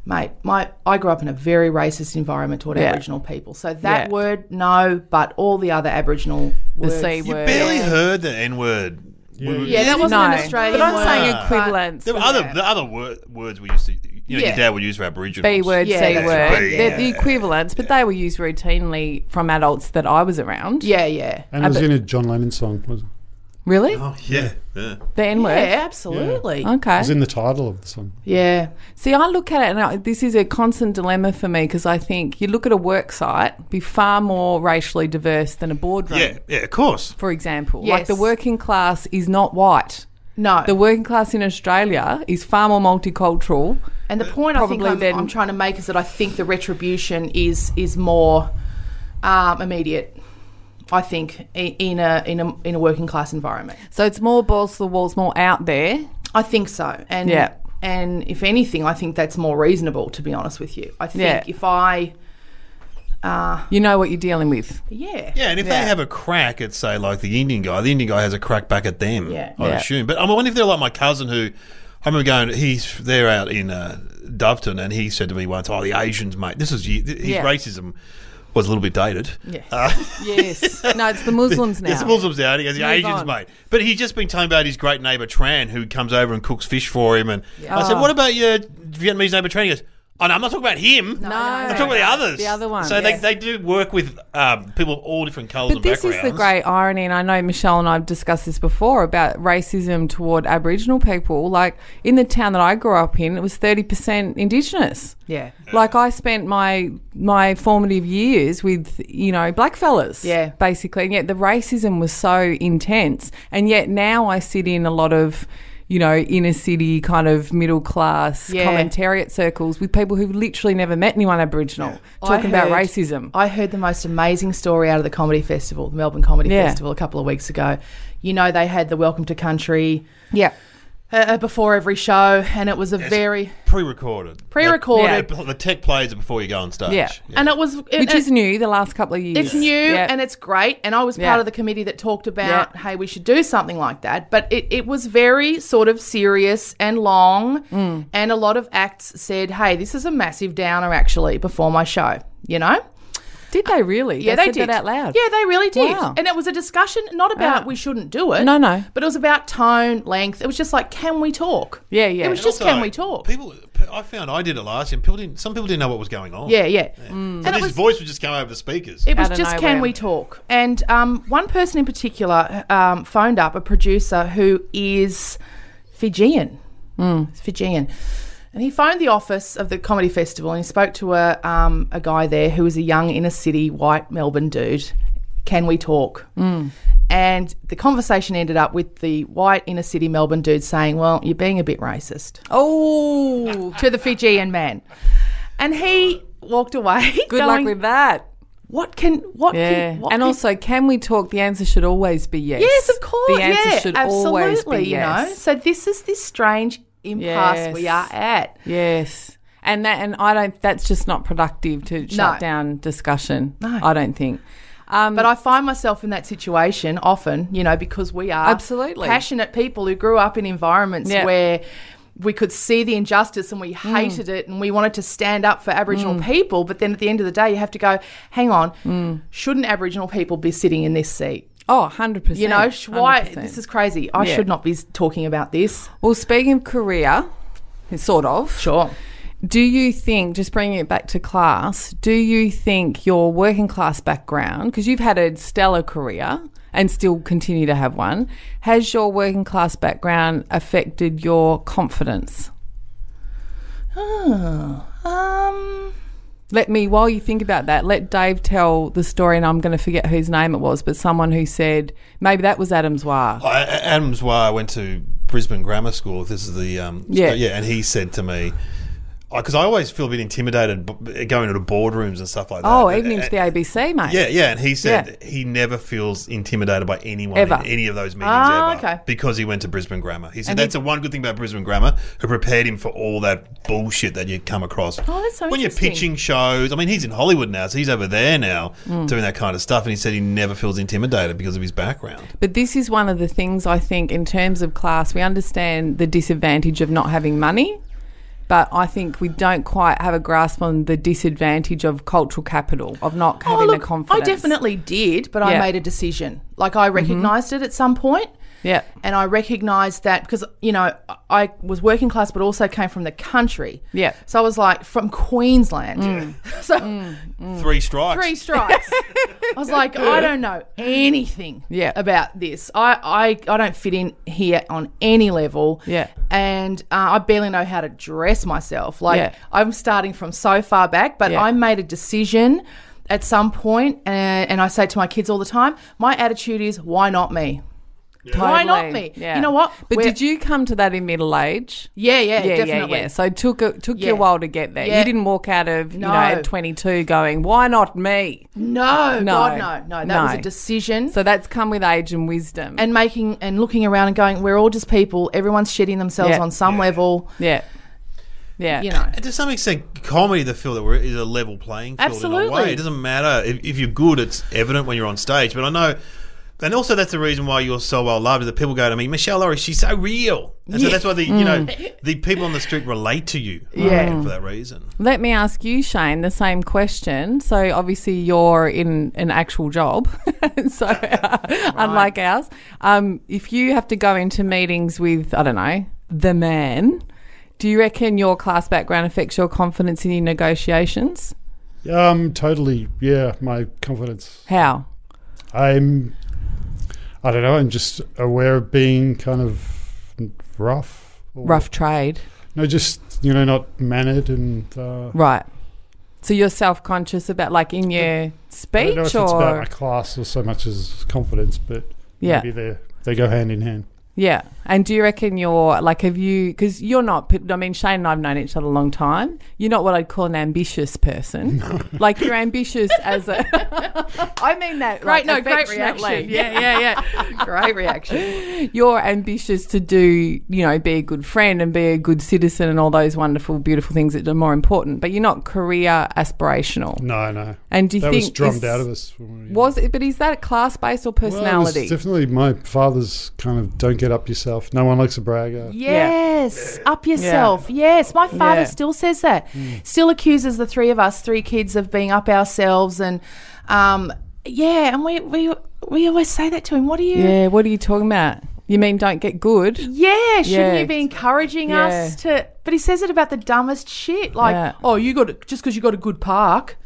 Speaker 4: mate. My I grew up in a very racist environment toward
Speaker 1: Yeah.
Speaker 4: Aboriginal people. So that
Speaker 1: Yeah.
Speaker 4: word, no. But all the other Aboriginal
Speaker 1: the
Speaker 4: words.
Speaker 1: C
Speaker 2: You
Speaker 1: word.
Speaker 2: barely heard the N word.
Speaker 4: Yeah, that wasn't an Australian
Speaker 1: But I'm
Speaker 4: word.
Speaker 1: saying
Speaker 2: Ah.
Speaker 1: equivalents.
Speaker 2: There were other the other word, words we used to. You know,
Speaker 4: Yeah.
Speaker 2: your dad would use for Aboriginals.
Speaker 1: B word,
Speaker 4: Yeah,
Speaker 1: C
Speaker 4: that's
Speaker 1: word.
Speaker 2: right,
Speaker 1: They're
Speaker 2: yeah.
Speaker 1: the equivalents, but they were used routinely from adults that I was around.
Speaker 4: Yeah, yeah,
Speaker 3: And
Speaker 1: I
Speaker 3: it was
Speaker 1: bet-
Speaker 3: in a John Lennon song. Was it?
Speaker 1: Really?
Speaker 2: Oh yeah. yeah.
Speaker 1: The N word?
Speaker 4: yeah. Absolutely. Yeah.
Speaker 3: it
Speaker 1: Okay.
Speaker 3: was in the title of the song.
Speaker 1: See, I look at it, and I, this is a constant dilemma for me because I think you look at a work site, be far more racially diverse than a boardroom,
Speaker 2: Yeah. Yeah. Of course.
Speaker 1: for example. Like
Speaker 4: Yes.
Speaker 1: the working class is not white.
Speaker 4: No.
Speaker 1: The working class in Australia is far more multicultural.
Speaker 4: and the point I think
Speaker 1: Probably
Speaker 4: I'm,
Speaker 1: then-
Speaker 4: I'm trying to make is that I think the retribution is is more um, immediate. I think i- in a in a in a working class environment.
Speaker 1: So it's more balls to the walls, more out there.
Speaker 4: I think so. And
Speaker 1: Yeah.
Speaker 4: and if anything, I think that's more reasonable. To be honest with you, I think
Speaker 1: Yeah.
Speaker 4: if I
Speaker 1: You know what you're dealing with.
Speaker 4: yeah
Speaker 2: Yeah, and if they have a crack at say like the Indian guy, the Indian guy has a crack back at them.
Speaker 4: Yeah.
Speaker 2: I
Speaker 1: Yeah.
Speaker 2: assume. But I wonder if they're like my cousin who I remember going. He's they're out in uh, Doveton, and he said to me once, "Oh, the Asians, mate. This is ye- his
Speaker 1: Yeah.
Speaker 2: racism." Was a little bit dated.
Speaker 4: Yeah.
Speaker 2: Uh,
Speaker 1: Yes. no, it's the Muslims now.
Speaker 2: It's the Muslims now. and He goes, the
Speaker 1: Move
Speaker 2: Asians,
Speaker 1: on.
Speaker 2: mate. But he's just been telling about his great neighbour Tran, who comes over and cooks fish for him. And I said,
Speaker 1: Oh.
Speaker 2: what about your Vietnamese neighbour Tran? He goes, oh, no, I'm not talking about him.
Speaker 1: No.
Speaker 2: I'm talking about the others.
Speaker 1: The other one.
Speaker 2: So
Speaker 1: Yes.
Speaker 2: they, they do work with um, people of all different
Speaker 1: But
Speaker 2: colours and
Speaker 1: this is
Speaker 2: backgrounds.
Speaker 1: the great irony, and I know Michelle and I've discussed this before about racism toward Aboriginal people. Like in the town that I grew up in, it was thirty percent Indigenous.
Speaker 4: yeah
Speaker 1: Like I spent my my formative years with you know black fellas,
Speaker 4: Yeah.
Speaker 1: basically, and yet the racism was so intense, and yet now I sit in a lot of you know inner city kind of middle class
Speaker 4: Yeah.
Speaker 1: commentariat circles with people who've literally never met anyone Aboriginal talking
Speaker 4: I
Speaker 1: about
Speaker 4: heard-
Speaker 1: racism.
Speaker 4: I heard the most amazing story out of the comedy festival, the Melbourne Comedy
Speaker 1: Yeah.
Speaker 4: Festival, a couple of weeks ago. You know, they had the Welcome to Country
Speaker 1: yeah,
Speaker 4: uh, uh, before every show, and it was a very
Speaker 2: Pre-recorded.
Speaker 4: Pre-recorded.
Speaker 2: The, the tech plays it before you go on stage.
Speaker 1: Yeah.
Speaker 4: and it was it-
Speaker 1: which
Speaker 4: it-
Speaker 1: is new the last couple of years.
Speaker 4: It's new
Speaker 1: Yeah.
Speaker 4: and it's great. And I was
Speaker 1: Yeah.
Speaker 4: part of the committee that talked about, hey, we should do something like that. But it, it was very sort of serious and long.
Speaker 1: Mm.
Speaker 4: And a lot of acts said, hey, this is a massive downer actually before my show, you know?
Speaker 1: Did they really?
Speaker 4: Yeah, they,
Speaker 1: said
Speaker 4: did.
Speaker 1: that out loud.
Speaker 4: Yeah, they really did.
Speaker 1: Wow.
Speaker 4: And it was a discussion, not about
Speaker 1: Yeah.
Speaker 4: we shouldn't do it.
Speaker 1: No, no.
Speaker 4: But it was about tone, length. It was just like, can we talk?
Speaker 1: Yeah, yeah.
Speaker 4: It was
Speaker 1: And
Speaker 4: just,
Speaker 2: Also,
Speaker 4: can we talk?
Speaker 2: People, I found I did it last year. and People didn't. Some people didn't know what was going on.
Speaker 4: yeah, yeah.
Speaker 1: Mm.
Speaker 2: And,
Speaker 4: it
Speaker 2: his
Speaker 4: was-
Speaker 2: voice would just come over the speakers.
Speaker 4: It was
Speaker 1: Out of
Speaker 4: just
Speaker 1: nowhere.
Speaker 4: can we talk? And um, one person in particular um, phoned up a producer who is Fijian.
Speaker 1: Hmm.
Speaker 4: Mm. Fijian. And he phoned the office of the comedy festival and he spoke to a, um, a guy there who was a young inner city white Melbourne dude. Can we talk?
Speaker 1: Hmm.
Speaker 4: And the conversation ended up with the white inner city Melbourne dude saying, Well, you're being a bit racist
Speaker 1: Oh,
Speaker 4: to the Fijian man. And he walked away.
Speaker 1: good
Speaker 4: going,
Speaker 1: luck with that.
Speaker 4: what can what
Speaker 1: Yeah.
Speaker 4: can what
Speaker 1: and
Speaker 4: can-
Speaker 1: also, can we talk? The answer should always be yes.
Speaker 4: Yes, of course.
Speaker 1: The answer
Speaker 4: yeah,
Speaker 1: should
Speaker 4: absolutely,
Speaker 1: always be
Speaker 4: you know.
Speaker 1: yes.
Speaker 4: So this is this strange impasse
Speaker 1: Yes.
Speaker 4: we are at.
Speaker 1: Yes. And that, and I don't. That's just not productive to shut down discussion.
Speaker 4: No.
Speaker 1: I don't think. Um,
Speaker 4: But I find myself in that situation often, you know, because we are
Speaker 1: Absolutely.
Speaker 4: passionate people who grew up in environments
Speaker 1: Yeah. Mm.
Speaker 4: where we could see the injustice and we hated it and we wanted to stand up for Aboriginal people. But then at the end of the day, you have to go, hang on,
Speaker 1: Mm.
Speaker 4: shouldn't Aboriginal people be sitting in this seat?
Speaker 1: oh, 100 percent.
Speaker 4: You know, sh- why? This is crazy. I
Speaker 1: Yeah.
Speaker 4: should not be s- talking about this.
Speaker 1: well. Speaking of career, sort of.
Speaker 4: Sure.
Speaker 1: Do you think, just bringing it back to class, do you think your working class background, because you've had a stellar career and still continue to have one, has your working class background affected your confidence?
Speaker 4: Oh, um,
Speaker 1: Let me, while you think about that, let Dave tell the story, and I'm going to forget whose name it was, but someone who said maybe that was Adam Zwar.
Speaker 5: I, Adam Zwar went to Brisbane Grammar School. This is the um,
Speaker 1: Yeah.
Speaker 5: yeah, yeah, and he said to me. Because I always feel a bit intimidated b- going to the boardrooms and stuff like that.
Speaker 1: Oh,
Speaker 5: And-
Speaker 1: even into
Speaker 5: and-
Speaker 1: the ABC, mate.
Speaker 5: Yeah, yeah, and he said
Speaker 1: Yeah.
Speaker 5: he never feels intimidated by anyone
Speaker 1: Ever.
Speaker 5: in any of those meetings
Speaker 4: Ah,
Speaker 5: ever
Speaker 4: okay.
Speaker 5: because he went to Brisbane Grammar. He said
Speaker 1: And
Speaker 5: that's
Speaker 1: he-
Speaker 5: the one good thing about Brisbane Grammar, who prepared him for all that bullshit that you come across.
Speaker 4: Oh, that's so
Speaker 5: When you're
Speaker 4: interesting.
Speaker 5: pitching shows, I mean, he's in Hollywood now, so he's over there now
Speaker 4: Mm.
Speaker 5: doing that kind of stuff, and he said he never feels intimidated because of his background.
Speaker 1: But this is one of the things I think, in terms of class, we understand the disadvantage of not having money, but I think we don't quite have a grasp on the disadvantage of cultural capital, of not
Speaker 4: oh
Speaker 1: having
Speaker 4: look,
Speaker 1: the confidence.
Speaker 4: I definitely did, but I
Speaker 1: Yeah.
Speaker 4: made a decision. Like I recognized it at some point.
Speaker 1: Yeah.
Speaker 4: And I recognised that because, you know, I- I was working class but also came from the country.
Speaker 1: Yeah. Mm.
Speaker 4: So I was like, from Queensland. So
Speaker 5: Three strikes.
Speaker 4: Mm. three strikes. I was like, I don't know anything
Speaker 1: Yeah.
Speaker 4: about this. I, I, I don't fit in here on any level.
Speaker 1: Yeah.
Speaker 4: And uh, I barely know how to dress myself. Like,
Speaker 1: Yeah.
Speaker 4: I'm starting from so far back, but
Speaker 1: Yeah.
Speaker 4: I made a decision at some point, uh, and, and I say to my kids all the time, my attitude is, why not me? Why not
Speaker 1: Totally.
Speaker 4: me?
Speaker 1: Yeah.
Speaker 4: You know what?
Speaker 1: But
Speaker 4: We're-
Speaker 1: did you come to that in middle age?
Speaker 4: Yeah, yeah, definitely.
Speaker 1: So it took it took you
Speaker 4: Yeah.
Speaker 1: a while to get there.
Speaker 4: Yeah.
Speaker 1: You didn't walk out of you
Speaker 4: No.
Speaker 1: know at 22 going, why not me?
Speaker 4: No,
Speaker 1: No.
Speaker 4: God, no, no. That was a
Speaker 1: No.
Speaker 4: decision.
Speaker 1: So that's come with age and wisdom.
Speaker 4: and making and looking around and going, we're all just people. Everyone's shitting themselves
Speaker 1: Yeah.
Speaker 4: on some level.
Speaker 1: yeah, yeah,
Speaker 4: You know.
Speaker 5: And to some extent, comedy, the feel that we're is a level playing field in a
Speaker 4: Absolutely.
Speaker 5: way. It doesn't matter if, if you're good; it's evident when you're on stage. But I know, and also that's the reason why you're so well loved. Is that people go to me, Michelle Laurie, she's so real, and so that's why the you know
Speaker 1: Mm.
Speaker 5: the people on the street relate to you. I
Speaker 4: Yeah.
Speaker 5: reckon, for that reason.
Speaker 1: Let me ask you, Shane, the same question. So obviously you're in an actual job, so uh, unlike ours. Um, if you have to go into meetings with, I don't know, the man, do you reckon your class background affects your confidence in your negotiations?
Speaker 3: Um, totally. Yeah, my confidence.
Speaker 1: How?
Speaker 3: I'm. I don't know. I'm just aware of being kind of rough. or-
Speaker 1: Rough trade,
Speaker 3: No, just you know, not mannered and. Uh,
Speaker 1: right? So you're self conscious about like in your
Speaker 3: I don't know if
Speaker 1: speech
Speaker 3: it's about
Speaker 1: or
Speaker 3: my class or so much as confidence, but
Speaker 1: Yeah.
Speaker 3: maybe they they go hand in hand.
Speaker 1: Yeah. And do you reckon you're like, have you, because you're not, I mean, Shane and I have known each other a long time. You're not what I'd call an ambitious person. Like, you're ambitious as a, I mean that. like,
Speaker 4: Great, no, great
Speaker 1: affectionately.
Speaker 4: reaction. Yeah, yeah, yeah. great reaction.
Speaker 1: You're ambitious to do, you know, be a good friend and be a good citizen and all those wonderful, beautiful things that are more important, but you're not career aspirational.
Speaker 3: No, no.
Speaker 1: And do you
Speaker 3: that
Speaker 1: think
Speaker 3: was drummed
Speaker 1: is-
Speaker 3: out of us. when we-
Speaker 1: Was it, but is that class based or
Speaker 3: Well, it was
Speaker 1: personality?
Speaker 3: definitely my father's kind of don't get up yourself. No one likes a bragger.
Speaker 4: Yes, up yourself. Yes, my father
Speaker 1: Yeah. Hmm.
Speaker 4: still says that. Still accuses the three of us, three kids, of being up ourselves, and um, yeah, and we we we always say that to him. What do you?
Speaker 1: yeah. What are you talking about? You mean don't get good?
Speaker 4: Yeah, shouldn't
Speaker 1: Yeah.
Speaker 4: you be encouraging us to? But he says it about the dumbest shit, like,
Speaker 1: Yeah.
Speaker 4: "Oh, you got a, just because you got a good park."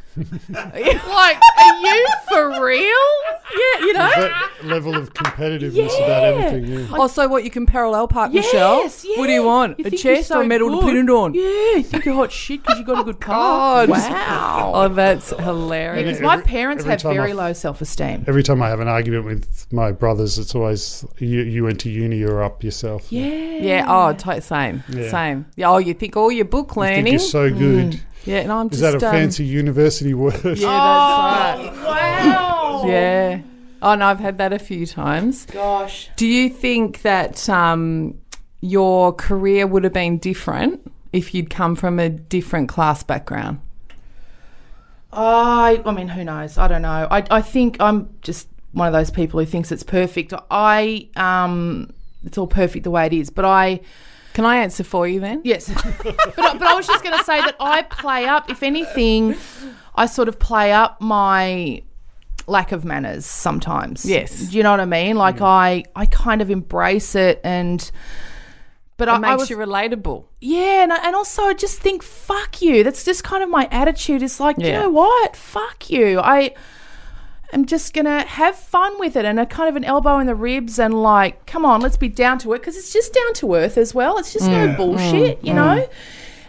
Speaker 4: like, are you for real? Yeah, you know.
Speaker 3: That level of competitiveness about everything. Yeah.
Speaker 1: Oh, so what? You can parallel park,
Speaker 4: Yes,
Speaker 1: Michelle.
Speaker 4: yeah.
Speaker 1: What do you want? a
Speaker 4: think you're
Speaker 1: chest or a
Speaker 4: so
Speaker 1: medal to
Speaker 4: good.
Speaker 1: put it on?
Speaker 4: Yeah, you think you're hot shit because you got a good park.
Speaker 1: God.
Speaker 4: Wow.
Speaker 1: Oh, that's hilarious.
Speaker 4: Because my
Speaker 3: Every-
Speaker 4: parents
Speaker 3: every
Speaker 4: have
Speaker 3: time
Speaker 4: very
Speaker 3: I-
Speaker 4: low self-esteem.
Speaker 3: Every time I have an argument with my brothers, it's always you, you went to uni, you're up yourself.
Speaker 4: Yeah.
Speaker 1: Yeah. Oh, t- same.
Speaker 3: Yeah.
Speaker 1: Same. Yeah. Oh, you think all your book
Speaker 3: I think
Speaker 1: learning?
Speaker 3: you're so good.
Speaker 1: yeah. And I'm
Speaker 3: Is
Speaker 1: Mm. just.
Speaker 3: that a
Speaker 1: um,
Speaker 3: fancy university word?
Speaker 1: Yeah,
Speaker 4: Oh.
Speaker 1: that's right.
Speaker 4: Wow.
Speaker 1: Yeah. Oh no, I've had that a few times.
Speaker 4: Gosh.
Speaker 1: Do you think that um, your career would have been different if you'd come from a different class background?
Speaker 4: I, I mean, who knows? I don't know. I, I think I'm just one of those people who thinks it's perfect. I, um, it's all perfect the way it is. But I,
Speaker 1: Can I answer for you then?
Speaker 4: yes. but, I- but I was just going to say that I play up, if anything, I sort of play up my lack of manners sometimes.
Speaker 1: Yes. Mm.
Speaker 4: Do you know what I mean? Like I, I kind of embrace it and. But I,
Speaker 1: It
Speaker 4: I
Speaker 1: makes
Speaker 4: was,
Speaker 1: you relatable.
Speaker 4: yeah, and, I- and also I just think fuck you. That's just kind of my attitude. It's like you
Speaker 1: Yeah.
Speaker 4: know what, fuck you. I am just gonna have fun with it, and a kind of an elbow in the ribs, and
Speaker 1: Mm,
Speaker 4: like, come on, let's be down to it because it's just down to earth as well. It's just no bullshit, you know.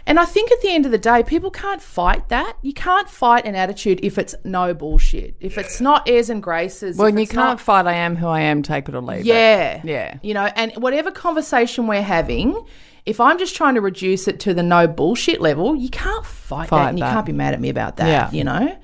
Speaker 4: And I think at the end of the day, people can't fight that. You can't fight an attitude if it's no bullshit. If it's not airs and graces.
Speaker 1: Well,
Speaker 4: if
Speaker 1: and you
Speaker 4: it's not-
Speaker 1: can't fight. I am who I am. Take it or leave it.
Speaker 4: yeah.
Speaker 1: Yeah.
Speaker 4: You know, and whatever conversation we're having, if I'm just trying to reduce it to the no bullshit level, you can't fight,
Speaker 1: Fight
Speaker 4: that and
Speaker 1: that.
Speaker 4: you can't be mad at me about that,
Speaker 1: Yeah.
Speaker 4: you know?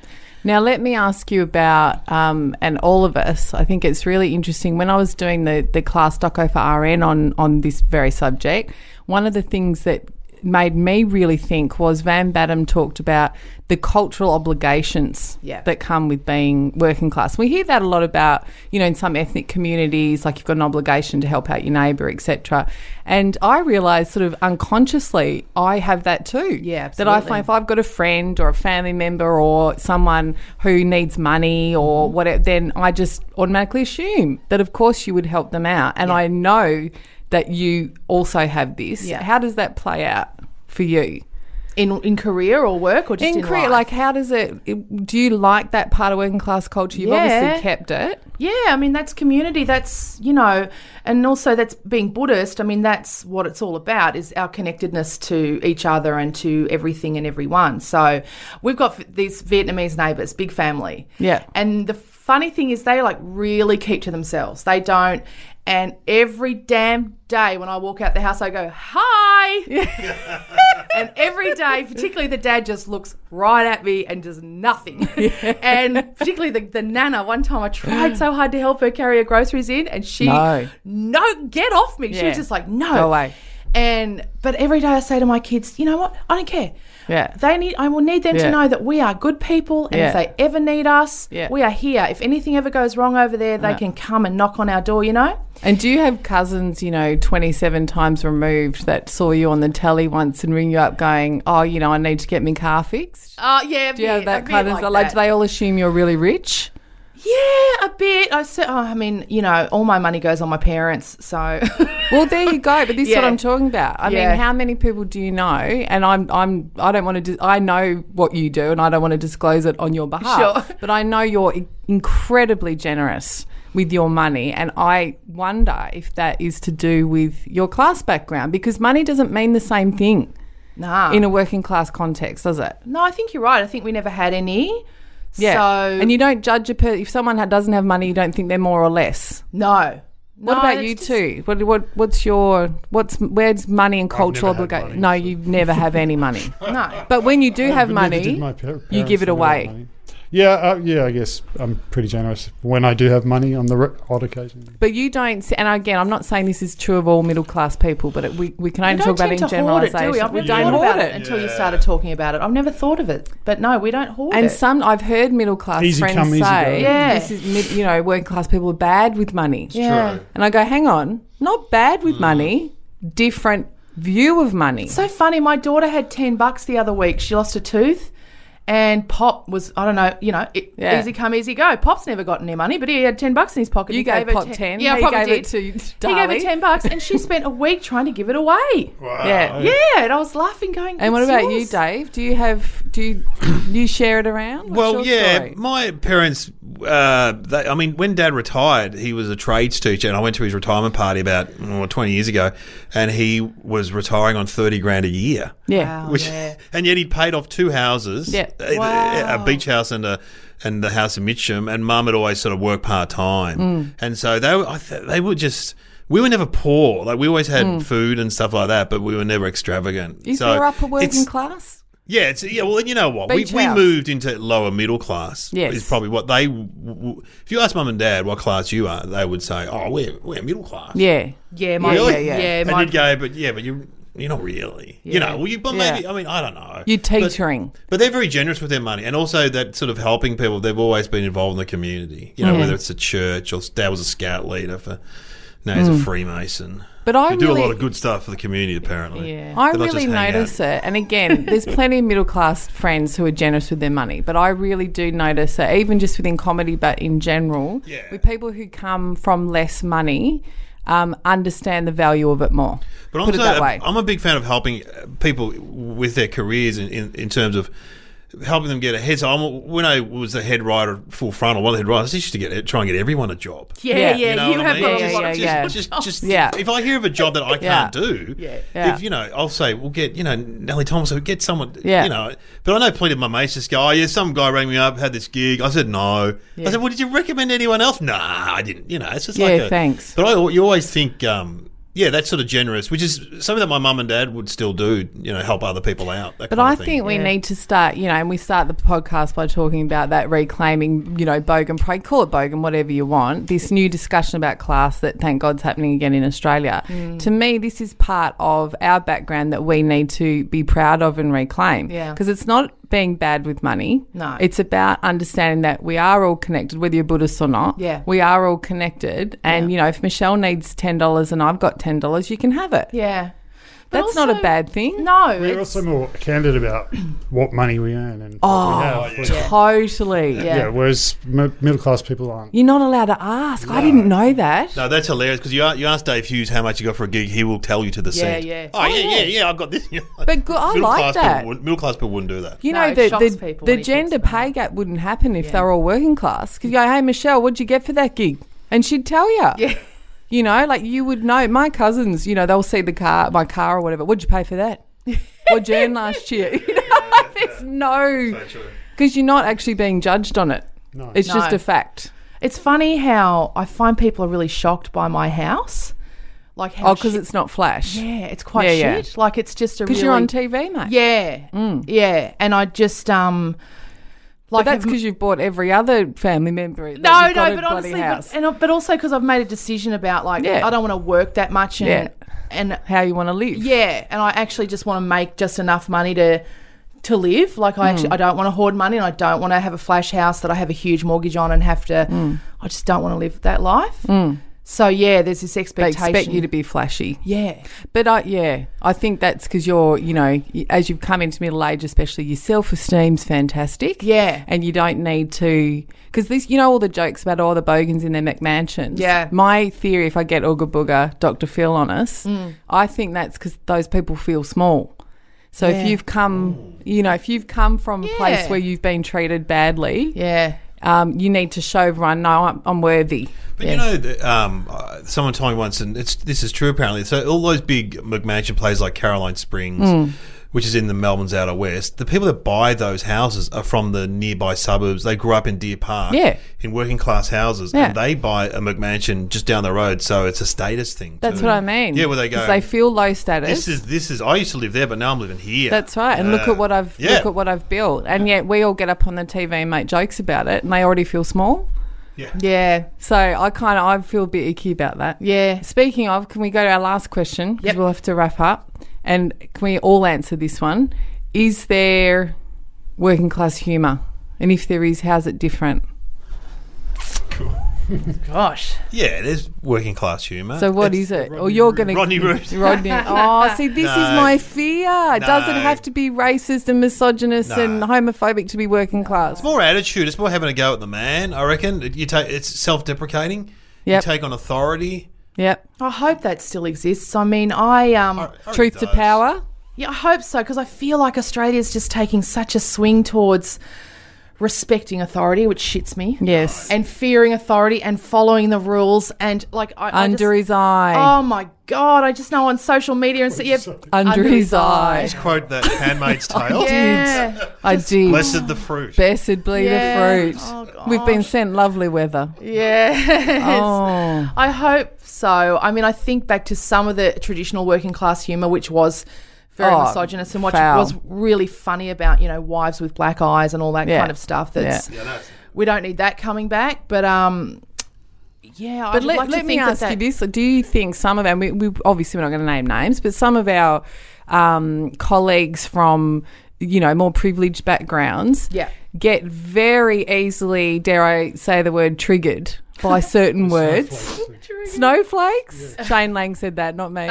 Speaker 1: Now, let me ask you about, um, and all of us, I think it's really interesting. When I was doing the, the class doco for RN on, on this very subject, one of the things that made me really think was Van Badham talked about the cultural obligations
Speaker 4: Yeah.
Speaker 1: that come with being working class. We hear that a lot about, you know, in some ethnic communities, like you've got an obligation to help out your neighbour, etc. And I realised sort of unconsciously I have that too.
Speaker 4: Yeah,
Speaker 1: That I
Speaker 4: absolutely.
Speaker 1: find if I've got a friend or a family member or someone who needs money or
Speaker 4: Mm-hmm.
Speaker 1: whatever, then I just automatically assume that, of course, you would help them out. And I know that you also have this.
Speaker 4: Yeah.
Speaker 1: How does that play out for you?
Speaker 4: In in career or work or just in,
Speaker 1: in Korea,
Speaker 4: life?
Speaker 1: like, how does it, it- Do you like that part of working class culture? You've
Speaker 4: Yeah.
Speaker 1: obviously kept it.
Speaker 4: Yeah, I mean that's community. That's you know, and also that's being Buddhist. I mean that's what it's all about is our connectedness to each other and to everything and everyone. So we've got f- these Vietnamese neighbours, big family.
Speaker 1: Yeah.
Speaker 4: and the funny thing is they like really keep to themselves. They don't. And every damn day when I walk out the house, I go hi. And every day, particularly the dad just looks right at me and does nothing. And particularly the, the nana, one time I tried so hard to help her carry her groceries in and she,
Speaker 1: No.
Speaker 4: "No, get off me. She
Speaker 1: Yeah.
Speaker 4: was just like, no.
Speaker 1: Go away.
Speaker 4: And, but every day I say to my kids, you know what? I don't care.
Speaker 1: Yeah.
Speaker 4: They need, I will need them
Speaker 1: Yeah.
Speaker 4: to know that we are good people and
Speaker 1: Yeah.
Speaker 4: if they ever need us,
Speaker 1: Yeah.
Speaker 4: we are here. If anything ever goes wrong over there, they can come and knock on our door, you know?
Speaker 1: And do you have cousins, you know, 27 times removed that saw you on the telly once and ring you up going, oh, you know, I need to get my car fixed?
Speaker 4: Oh, yeah.
Speaker 1: Do you have that kind of like, do they all assume you're really rich?
Speaker 4: Yeah, a bit. I said, oh, I mean, you know, all my money goes on my parents, so
Speaker 1: Well, there you go. But this is what
Speaker 4: Yeah.
Speaker 1: I'm talking about. I
Speaker 4: Yeah.
Speaker 1: mean, how many people do you know? And I'm, I'm, I don't want to. Dis- I know what you do, and I don't want to disclose it on your behalf.
Speaker 4: Sure.
Speaker 1: But I know you're i- incredibly generous with your money, and I wonder if that is to do with your class background because money doesn't mean the same thing
Speaker 4: nah.
Speaker 1: in a working class context, does it?
Speaker 4: no, I think you're right. I think we never had any.
Speaker 1: Yeah.
Speaker 4: So
Speaker 1: and you don't judge a per- if someone ha- doesn't have money, you don't think they're more or less.
Speaker 4: no.
Speaker 1: What
Speaker 4: No,
Speaker 1: about
Speaker 4: that's
Speaker 1: you
Speaker 4: just-
Speaker 1: too? What, what what's your what's where's money and cultural
Speaker 3: never had
Speaker 1: obligation? No,
Speaker 3: money,
Speaker 1: you never have any money.
Speaker 4: No.
Speaker 1: But when you do have
Speaker 3: But neither
Speaker 1: money,
Speaker 3: did my par-
Speaker 1: you
Speaker 3: parents
Speaker 1: give it
Speaker 3: never had
Speaker 1: away.
Speaker 3: money. Yeah, uh, yeah. I guess I'm pretty generous when I do have money on the r- odd occasion.
Speaker 1: But you don't. s- And again, I'm not saying this is true of all middle class people, but it, we we can
Speaker 4: We
Speaker 1: only talk
Speaker 4: don't
Speaker 1: about
Speaker 4: tend
Speaker 1: it in
Speaker 4: to hoard it,
Speaker 1: generalization.
Speaker 4: do we? I've never thought about it, until you started talking about it. I've never thought of it, but no, we don't hoard
Speaker 1: And
Speaker 4: it.
Speaker 1: some I've heard middle class
Speaker 3: Easy
Speaker 1: friends
Speaker 3: come, easy go.
Speaker 1: say,
Speaker 4: Yeah.
Speaker 1: this is mid, you know working class people are bad with money."
Speaker 4: yeah.
Speaker 1: And I go, "Hang on, not bad
Speaker 3: Mm.
Speaker 1: with money, different view of money."
Speaker 4: So funny. My daughter had ten bucks the other week. She lost a tooth, and Pop was I don't know. You know, it,
Speaker 1: Yeah.
Speaker 4: easy come, easy go. Pop's never gotten any money, but he had ten bucks in his pocket.
Speaker 1: You
Speaker 4: He
Speaker 1: gave
Speaker 4: her
Speaker 1: Pop 10?
Speaker 4: Yeah, I
Speaker 1: He
Speaker 4: probably
Speaker 1: gave
Speaker 4: did.
Speaker 1: it to
Speaker 4: he gave her
Speaker 1: Darlie.
Speaker 4: ten bucks, and she spent a week trying to give it away.
Speaker 3: Uh,
Speaker 1: yeah.
Speaker 4: Yeah, and I was laughing, going.
Speaker 1: And what
Speaker 4: "It's
Speaker 1: about you,
Speaker 4: yours."
Speaker 1: Dave? Do you have do you, you share it around? What's
Speaker 2: Well,
Speaker 1: your
Speaker 2: yeah,
Speaker 1: story?
Speaker 2: my parents. Uh, they, I mean, when Dad retired, he was a trades teacher, and I went to his retirement party about oh, twenty years ago, and he was retiring on thirty grand a year.
Speaker 1: Oh, yeah.
Speaker 2: Which, and yet he'd paid off two houses,
Speaker 1: Yeah.
Speaker 2: a,
Speaker 4: Wow.
Speaker 2: a beach house and a and the house in Mitcham. And Mum had always sort of worked part time,
Speaker 1: Mm.
Speaker 2: and so they were, I th- they were just we were never poor. Like we always had
Speaker 1: Mm.
Speaker 2: food and stuff like that, but we were never extravagant.
Speaker 1: Is
Speaker 2: so
Speaker 1: there upper working
Speaker 2: it's-
Speaker 1: class?
Speaker 2: yeah, it's, yeah. Well, you know what? We,
Speaker 1: Beach
Speaker 2: we
Speaker 1: house.
Speaker 2: moved into lower middle class.
Speaker 1: Yes.
Speaker 2: is probably what they. w- w- If you ask mum and dad what class you are, they would say, "Oh, we're we're middle class."
Speaker 1: Yeah.
Speaker 4: Yeah, my,
Speaker 2: Really?
Speaker 1: Yeah,
Speaker 4: yeah, yeah.
Speaker 2: and
Speaker 4: my,
Speaker 2: you'd go, but yeah, but you you're not really. You know, well, you but
Speaker 1: Yeah.
Speaker 2: maybe I mean I don't know.
Speaker 1: You're
Speaker 2: But-
Speaker 1: teetering.
Speaker 2: But, they're very generous with their money, and also that sort of helping people. They've always been involved in the community. You know, whether it's a church or dad was a scout leader for. Now he's a Freemason.
Speaker 1: Hmm. But I
Speaker 2: they do a
Speaker 1: really-
Speaker 2: lot of good stuff for the community, apparently.
Speaker 4: yeah.
Speaker 1: I
Speaker 2: They're not
Speaker 1: really
Speaker 2: just hanging out.
Speaker 1: notice it. And again, there's plenty of middle class friends who are generous with their money, but I really do notice it, even just within comedy, but in general,
Speaker 2: Yeah.
Speaker 1: with people who come from less money, um, understand the value of it more.
Speaker 2: But
Speaker 1: Put
Speaker 2: I'm,
Speaker 1: it that
Speaker 2: so-
Speaker 1: way.
Speaker 2: uh, I'm a big fan of helping uh, people with their careers in, in, in terms of helping them get ahead. So I'm, when I was the head writer, at full frontal, one of the head writers, I used to get it, try and get everyone a job.
Speaker 4: Yeah,
Speaker 1: Yeah.
Speaker 4: yeah,
Speaker 1: You
Speaker 4: you,
Speaker 2: know what I
Speaker 4: have
Speaker 2: mean?
Speaker 4: got
Speaker 1: Yeah,
Speaker 4: a lot
Speaker 1: yeah,
Speaker 4: of
Speaker 1: yeah.
Speaker 4: yeah.
Speaker 2: Just, just
Speaker 1: Yeah.
Speaker 2: if I hear of a job that
Speaker 1: Yeah.
Speaker 2: I can't do,
Speaker 4: Yeah.
Speaker 1: Yeah.
Speaker 2: if you know, I'll say, we'll get you know Nellie Thomas, we'll get someone,
Speaker 1: Yeah.
Speaker 2: you know. But I know plenty of my mates just go, oh yeah, some guy rang me up, had this gig. I said no. I said, well, did you recommend anyone else? Nah, I didn't. You know, it's just like
Speaker 1: Yeah,
Speaker 2: a-
Speaker 1: thanks.
Speaker 2: But I, you always think, um, yeah, that's sort of generous, which is something that my mum and dad would still do. You know, help other people out. That
Speaker 1: But
Speaker 2: kind
Speaker 1: I
Speaker 2: of thing.
Speaker 1: think we need to start, you know, and we start the podcast by talking about that reclaiming, you know, Bogan Parade, call it Bogan, whatever you want. This new discussion about class that thank God's happening again in Australia.
Speaker 4: Mm.
Speaker 1: To me, this is part of our background that we need to be proud of and reclaim.
Speaker 4: Yeah.
Speaker 1: Because it's not being bad with money.
Speaker 4: No.
Speaker 1: It's about understanding that we are all connected, whether you're Buddhist or not.
Speaker 4: Yeah.
Speaker 1: We are all connected. And, you know, if Michelle needs $10 and I've got $10, you can have it.
Speaker 4: Yeah. But
Speaker 1: That's not a
Speaker 4: also-
Speaker 1: bad thing.
Speaker 4: No.
Speaker 3: We're
Speaker 4: it's-
Speaker 3: also more candid about what money we earn and
Speaker 1: Oh,
Speaker 3: what we have.
Speaker 1: Totally.
Speaker 3: yeah. whereas m- middle class people aren't.
Speaker 1: You're not allowed to ask. I didn't know that.
Speaker 2: No, that's hilarious because you, a- you ask Dave Hughes how much you got for a gig, he will tell you to the
Speaker 4: Yeah,
Speaker 2: cent.
Speaker 4: yeah.
Speaker 2: Oh, yeah, yeah, yeah, I've got this.
Speaker 1: But good, I
Speaker 2: middle
Speaker 1: like
Speaker 2: class people
Speaker 1: that.
Speaker 2: wouldn't- middle class people wouldn't do that.
Speaker 1: You
Speaker 4: No,
Speaker 1: know,
Speaker 4: it
Speaker 1: the,
Speaker 4: shocks
Speaker 1: the,
Speaker 4: people
Speaker 1: the
Speaker 4: when he talks
Speaker 1: gender
Speaker 4: about
Speaker 1: pay gap wouldn't happen if they were all working class. Because you go, hey, Michelle, what'd you get for that gig? And she'd tell you.
Speaker 4: Yeah.
Speaker 1: You know, like you would know. My cousins, you know, they'll see the car, my car or whatever. What'd you pay for that? What'd you earn last year? You know, there's no. Because you're not actually being judged on it.
Speaker 3: No.
Speaker 1: It's just
Speaker 4: No.
Speaker 1: a fact.
Speaker 4: It's funny how I find people are really shocked by my house. Like how
Speaker 1: Oh, because
Speaker 4: shit-
Speaker 1: it's not flash.
Speaker 4: yeah, it's quite
Speaker 1: Yeah, yeah.
Speaker 4: shit. Like it's just a
Speaker 1: Because
Speaker 4: really
Speaker 1: you're on TV, mate.
Speaker 4: yeah, yeah. And I just um
Speaker 1: Mm.
Speaker 4: like
Speaker 1: But that's
Speaker 4: have-
Speaker 1: because you've bought every other family member. that
Speaker 4: no,
Speaker 1: you've got
Speaker 4: no,
Speaker 1: a
Speaker 4: but
Speaker 1: bloody
Speaker 4: honestly,
Speaker 1: house.
Speaker 4: but, and, I- but also because I've made a decision about like
Speaker 1: Yeah.
Speaker 4: I don't want to work that much and
Speaker 1: Yeah.
Speaker 4: and
Speaker 1: how you want to live.
Speaker 4: yeah, and I actually just want to make just enough money to to live. Like I
Speaker 1: Hmm.
Speaker 4: actually I don't want to hoard money and I don't want to have a flash house that I have a huge mortgage on and have to.
Speaker 1: Hmm.
Speaker 4: I just don't want to live that life. So yeah, there's this
Speaker 1: They
Speaker 4: expectation.
Speaker 1: expect you to be flashy.
Speaker 4: yeah,
Speaker 1: But I, yeah, I think that's because you're, you know, y- as you've come into middle age, especially your self esteem's fantastic.
Speaker 4: Yeah.
Speaker 1: And you don't need to, because this, you know, all the jokes about all the bogans in their McMansions.
Speaker 4: Yeah.
Speaker 1: My theory, if I get Ooga Booga, Dr. Phil on us,
Speaker 4: Mm.
Speaker 1: I think that's because those people feel small. So
Speaker 4: Yeah.
Speaker 1: if you've come, you know, if you've come from a place
Speaker 4: Yeah.
Speaker 1: where you've been treated badly,
Speaker 4: yeah,
Speaker 1: um, you need to show everyone, no, I'm, I'm worthy.
Speaker 2: But
Speaker 4: Yeah.
Speaker 2: you know, th- um, uh, someone told me once, and it's this is true apparently. So all those big McMansion places like Caroline Springs,
Speaker 1: Hmm.
Speaker 2: which is in the Melbourne's outer west, the people that buy those houses are from the nearby suburbs. They grew up in Deer Park,
Speaker 1: Yeah.
Speaker 2: in working class houses,
Speaker 1: Yeah.
Speaker 2: and they buy a McMansion just down the road. So it's a status thing.
Speaker 1: That's
Speaker 2: too.
Speaker 1: what I mean.
Speaker 2: Mm. Yeah, where they
Speaker 1: 'Cause
Speaker 2: go.
Speaker 1: They feel low status.
Speaker 2: this is this is. I used to live there, but now I'm living here.
Speaker 1: That's right. And look
Speaker 2: Yeah.
Speaker 1: at what I've
Speaker 2: Yeah.
Speaker 1: look at what I've built. And yet we all get up on the TV and make jokes about it, and they already feel small.
Speaker 4: yeah,
Speaker 1: So I kind of I feel a bit icky about that.
Speaker 4: yeah.
Speaker 1: Speaking of, can we go to our last question? Because
Speaker 4: Yep.
Speaker 1: we'll have to wrap up. And can we all answer this one? Is there working class humour? And if there is, how's it different?
Speaker 4: Gosh,
Speaker 2: yeah. There's working class humour.
Speaker 1: So what is it? Or you're going to
Speaker 2: Rodney Root.
Speaker 1: Rodney. Oh, see, this is
Speaker 2: No.
Speaker 1: my fear. Does it
Speaker 2: No.
Speaker 1: have to be racist and misogynist
Speaker 2: No.
Speaker 1: and homophobic to be working class?
Speaker 2: It's more attitude. It's more having a go at the man. I reckon It- you take it's self-deprecating.
Speaker 1: Yep.
Speaker 2: You take on authority.
Speaker 1: Yep.
Speaker 4: I hope that still exists. I mean, I um,
Speaker 2: I- I reckon
Speaker 1: Truth
Speaker 2: it
Speaker 1: to
Speaker 2: does.
Speaker 1: power.
Speaker 4: yeah, I hope so because I feel like Australia's just taking such a swing towards respecting authority, which shits me.
Speaker 1: Yes.
Speaker 4: and fearing authority and following the rules and like I, I
Speaker 1: under
Speaker 4: just-
Speaker 1: his eye.
Speaker 4: Oh my god! I just know on social media and so yeah,
Speaker 1: Under his eye.
Speaker 2: Just quote that Handmaid's Tale.
Speaker 4: Yeah,
Speaker 1: I did.
Speaker 2: Blessed the fruit.
Speaker 1: Blessed Oh, be
Speaker 4: Yeah.
Speaker 1: the fruit.
Speaker 4: Oh,
Speaker 1: We've been sent lovely weather.
Speaker 4: yeah.
Speaker 1: Oh,
Speaker 4: I hope so. I mean, I think back to some of the traditional working class humour, which was very
Speaker 1: Oh,
Speaker 4: misogynist and what
Speaker 1: foul.
Speaker 4: was really funny about you know wives with black eyes and all that
Speaker 1: Yeah.
Speaker 4: kind of stuff. That's
Speaker 1: Yeah.
Speaker 4: we don't need that coming back, but um. Yeah,
Speaker 1: but
Speaker 4: I'd
Speaker 1: let,
Speaker 4: like to
Speaker 1: let me
Speaker 4: think
Speaker 1: ask
Speaker 4: that that,
Speaker 1: you this: Do you think some of them? We, we obviously we're not going to name names, but some of our um, colleagues from you know more privileged backgrounds
Speaker 4: Yeah.
Speaker 1: get very easily, dare I say the word, triggered by certain words. Snowflakes. Shane Lang said that, not me.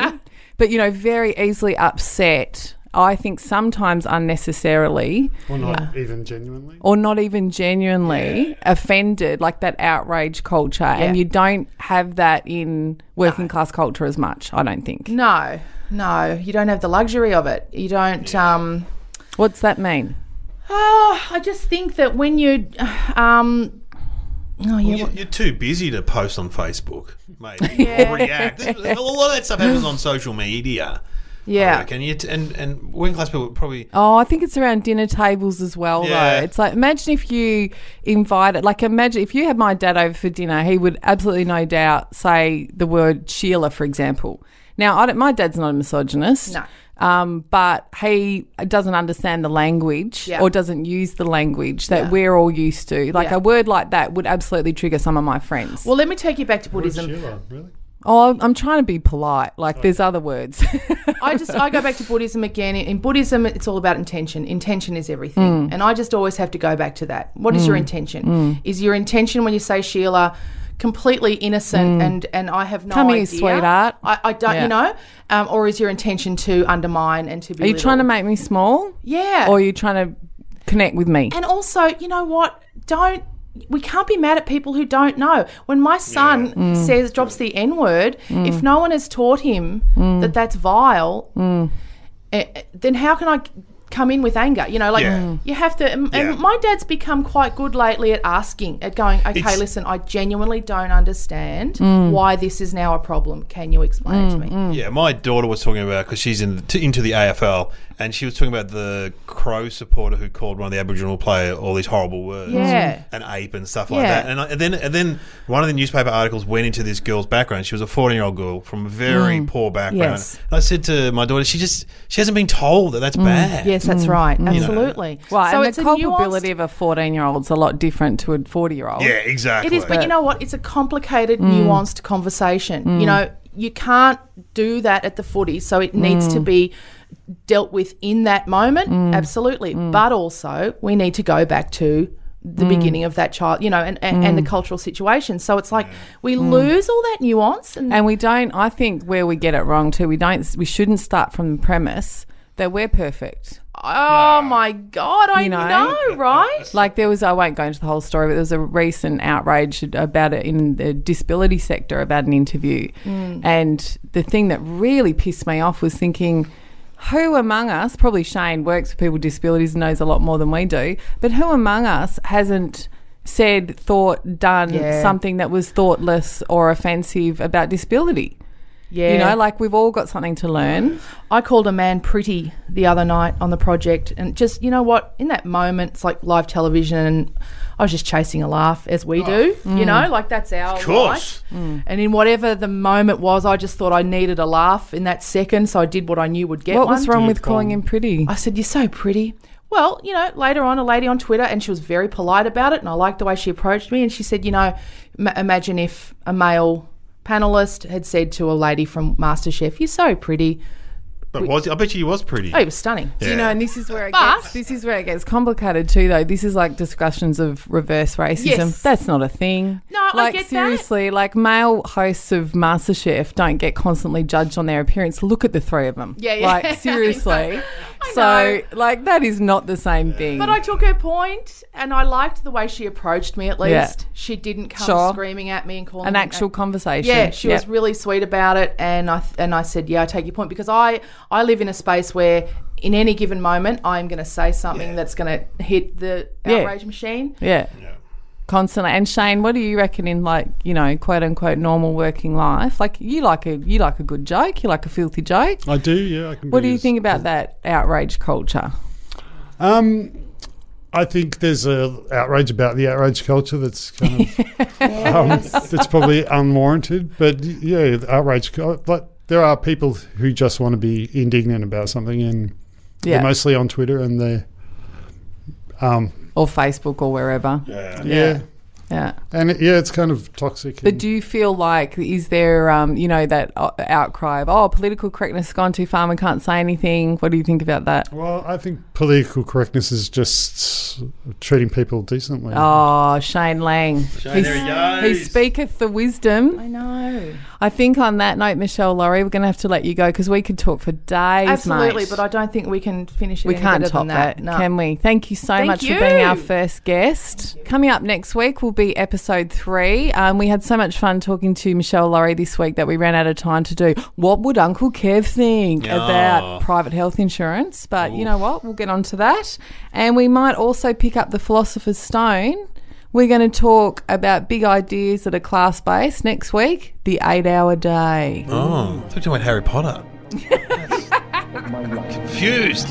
Speaker 1: but you know, very easily upset. I think sometimes unnecessarily,
Speaker 3: Or not even genuinely.
Speaker 1: or not even genuinely offended, like that outrage culture. And
Speaker 4: Yeah.
Speaker 1: you don't have that in working class culture as much, I don't think.
Speaker 4: No, no, you don't have the luxury of it. You don't. Um,
Speaker 1: What's that mean?
Speaker 4: Oh, I just think that when you, um, oh yeah,
Speaker 5: You-
Speaker 4: what-
Speaker 5: You're too busy to post on Facebook, mate.
Speaker 4: Yeah.
Speaker 5: Or react. A lot of that stuff happens on social media.
Speaker 4: yeah.
Speaker 5: Can you? T- and and working class people probably
Speaker 1: Oh, I think it's around dinner tables as well,
Speaker 5: Yeah.
Speaker 1: though. It's like, imagine if you invited, like, imagine if you had my dad over for dinner, he would absolutely no doubt say the word Sheila, for example. Now, I don't, my dad's not a misogynist.
Speaker 4: No.
Speaker 1: Um, but he doesn't understand the language
Speaker 4: Yeah.
Speaker 1: or doesn't use the language that
Speaker 4: Yeah.
Speaker 1: we're all used to. Like
Speaker 4: Yeah.
Speaker 1: a word like that would absolutely trigger some of my friends.
Speaker 4: Well, let me take you back to
Speaker 3: Where's
Speaker 4: Buddhism.
Speaker 3: Sheila? Really?
Speaker 1: oh, I'm trying to be polite. Like there's other words.
Speaker 4: I just I go back to Buddhism again. In Buddhism, it's all about intention. Intention is everything,
Speaker 1: Mm.
Speaker 4: and I just always have to go back to that. What is your intention? Is your intention when you say Sheila completely innocent and and I have no
Speaker 1: Mm. Come here,
Speaker 4: idea,
Speaker 1: sweetheart.
Speaker 4: I, I don't,
Speaker 1: Yeah.
Speaker 4: you know, um, or is your intention to undermine and to be?
Speaker 1: are you trying to make me small?
Speaker 4: Yeah.
Speaker 1: Or are you trying to connect with me?
Speaker 4: And also, you know what? Don't we can't be mad at people who don't know. When my son
Speaker 5: Mm.
Speaker 4: says drops the N word, if no one has taught him
Speaker 5: Mm.
Speaker 4: that that's vile, eh, eh, then how can I c- come in with anger? You know, like
Speaker 5: Yeah. Mm.
Speaker 4: you have to. And,
Speaker 5: Yeah.
Speaker 4: and my dad's become quite good lately at asking, at going, okay,
Speaker 5: It's- Mm.
Speaker 4: listen, I genuinely don't understand why this is now a problem. Can you explain it to me?
Speaker 5: Yeah, my daughter was talking about because she's in t- into the AFL, and she was talking about the Crow supporter who called one of the Aboriginal player all these horrible words,
Speaker 4: Yeah.
Speaker 5: and ape and stuff like
Speaker 4: Yeah.
Speaker 5: that. And, I, and then and then one of the newspaper articles went into this girl's background. She was a fourteen year old girl from a
Speaker 4: Mm.
Speaker 5: very poor background.
Speaker 1: Yes.
Speaker 5: And I said to my daughter, she just she hasn't been told that that's bad.
Speaker 4: Mm. Yes, that's right. Absolutely.
Speaker 1: Right, and the
Speaker 4: a
Speaker 1: culpability
Speaker 4: nuanced-
Speaker 1: of a 14 year old's a lot different to a 40 year old.
Speaker 5: Yeah, exactly.
Speaker 4: It is, but you know what? It's a complicated,
Speaker 1: Mm.
Speaker 4: nuanced conversation. You know, you can't do that at the footy, so it needs
Speaker 1: Mm.
Speaker 4: to be dealt with in that moment, absolutely.
Speaker 1: Mm.
Speaker 4: But also, we need to go back to the beginning of that child, you know, and, and, and the
Speaker 1: Mm.
Speaker 4: cultural situation. So it's like we lose all that nuance, and,
Speaker 1: And we don't, I think where we get it wrong too, we don't, we shouldn't start from the premise that we're perfect.
Speaker 4: oh my god, I
Speaker 1: You know?
Speaker 4: know, right?
Speaker 1: Like there was, I won't go into the whole story, but there was a recent outrage about it in the disability sector about an interview.
Speaker 4: Mm.
Speaker 1: And the thing that really pissed me off was thinking, who among us, probably Shane works with people with disabilities and knows a lot more than we do, but who among us hasn't said, thought, done
Speaker 4: Yeah.
Speaker 1: something that was thoughtless or offensive about disability?
Speaker 4: Yeah,
Speaker 1: You know, like we've all got something to learn.
Speaker 4: I called a man pretty the other night on the project, and just you know what? In that moment, it's like live television, and I was just chasing a laugh as we do.
Speaker 1: Oh.
Speaker 4: You know,
Speaker 1: Mm.
Speaker 4: like that's our of
Speaker 5: course.
Speaker 4: And in whatever the moment was, I just thought I needed a laugh in that second, so I did what I knew would get
Speaker 1: What
Speaker 4: one.
Speaker 1: was wrong with calling him pretty?
Speaker 4: I said, "You're so pretty." Well, you know, later on, a lady on Twitter, and she was very polite about it, and I liked the way she approached me. And she said, "You know, m- imagine if a male panelist had said to a lady from MasterChef, "You're so pretty."
Speaker 5: but was I bet you he was pretty.
Speaker 4: Oh, he was stunning.
Speaker 1: Do you know, and this is where it
Speaker 4: But-
Speaker 1: gets this is where it gets complicated too, though. This is like discussions of reverse racism.
Speaker 4: Yes.
Speaker 1: That's not a thing.
Speaker 4: No, I
Speaker 1: like
Speaker 4: get that.
Speaker 1: seriously, like male hosts of MasterChef don't get constantly judged on their appearance. Look at the three of them.
Speaker 4: Yeah, yeah. I
Speaker 1: Like
Speaker 4: know.
Speaker 1: seriously.
Speaker 4: I
Speaker 1: so like that is not the same thing.
Speaker 4: But I took her point, and I liked the way she approached me. At least
Speaker 1: Yeah.
Speaker 4: she didn't come
Speaker 1: Sure.
Speaker 4: screaming at me and calling
Speaker 1: an
Speaker 4: me
Speaker 1: actual conversation.
Speaker 4: Yeah, she was
Speaker 1: Yep.
Speaker 4: really sweet about it, and I th- and I said, yeah, I take your point because I I live in a space where in any given moment I'm going to say something that's going to hit the
Speaker 1: Yeah.
Speaker 4: outrage machine.
Speaker 1: Yeah. Constantly. And Shane, what do you reckon in like, you know, quote unquote normal working life? Like you like a you like a good joke, you like a filthy joke.
Speaker 3: I do, yeah. I can
Speaker 1: What do
Speaker 3: be
Speaker 1: you
Speaker 3: as-
Speaker 1: think about that outrage culture?
Speaker 3: Um, I think there's a outrage about the outrage culture that's kind of um, that's probably unwarranted. But yeah, the outrage. cul- Like there are people who just want to be indignant about something, and
Speaker 1: Yeah.
Speaker 3: they're mostly on Twitter, and they, um,
Speaker 1: or Facebook or wherever. Yeah.
Speaker 3: yeah. and it- yeah, it's kind of toxic.
Speaker 1: But
Speaker 3: and-
Speaker 1: do you feel like is there, um, you know, that o- outcry of oh, political correctness has gone too far and can't say anything? What do you think about that?
Speaker 3: well, I think political correctness is just treating people decently.
Speaker 1: Oh, Shane Lang. Shane,
Speaker 5: there he
Speaker 1: he
Speaker 5: goes.
Speaker 1: speaketh the wisdom.
Speaker 4: I know,
Speaker 1: I think on that note, Michelle Laurie, we're going to have to let you go because we could talk for days.
Speaker 4: absolutely.
Speaker 1: mate.
Speaker 4: But I don't think we can finish it.
Speaker 1: we
Speaker 4: any
Speaker 1: can't
Speaker 4: better
Speaker 1: top
Speaker 4: than that.
Speaker 1: that, can we? Thank you so
Speaker 4: Thank
Speaker 1: much for being our
Speaker 4: you.
Speaker 1: first guest. Coming up next week will be episode three. Um, we had so much fun talking to Michelle Laurie this week that we ran out of time to do what would Uncle Kev think about private health insurance. But you know what? We'll get on to that. And we might also pick up the Philosopher's Stone. We're going to talk about big ideas that are class based next week, the eight hour day.
Speaker 5: Oh, I thought you went Harry Potter. Confused.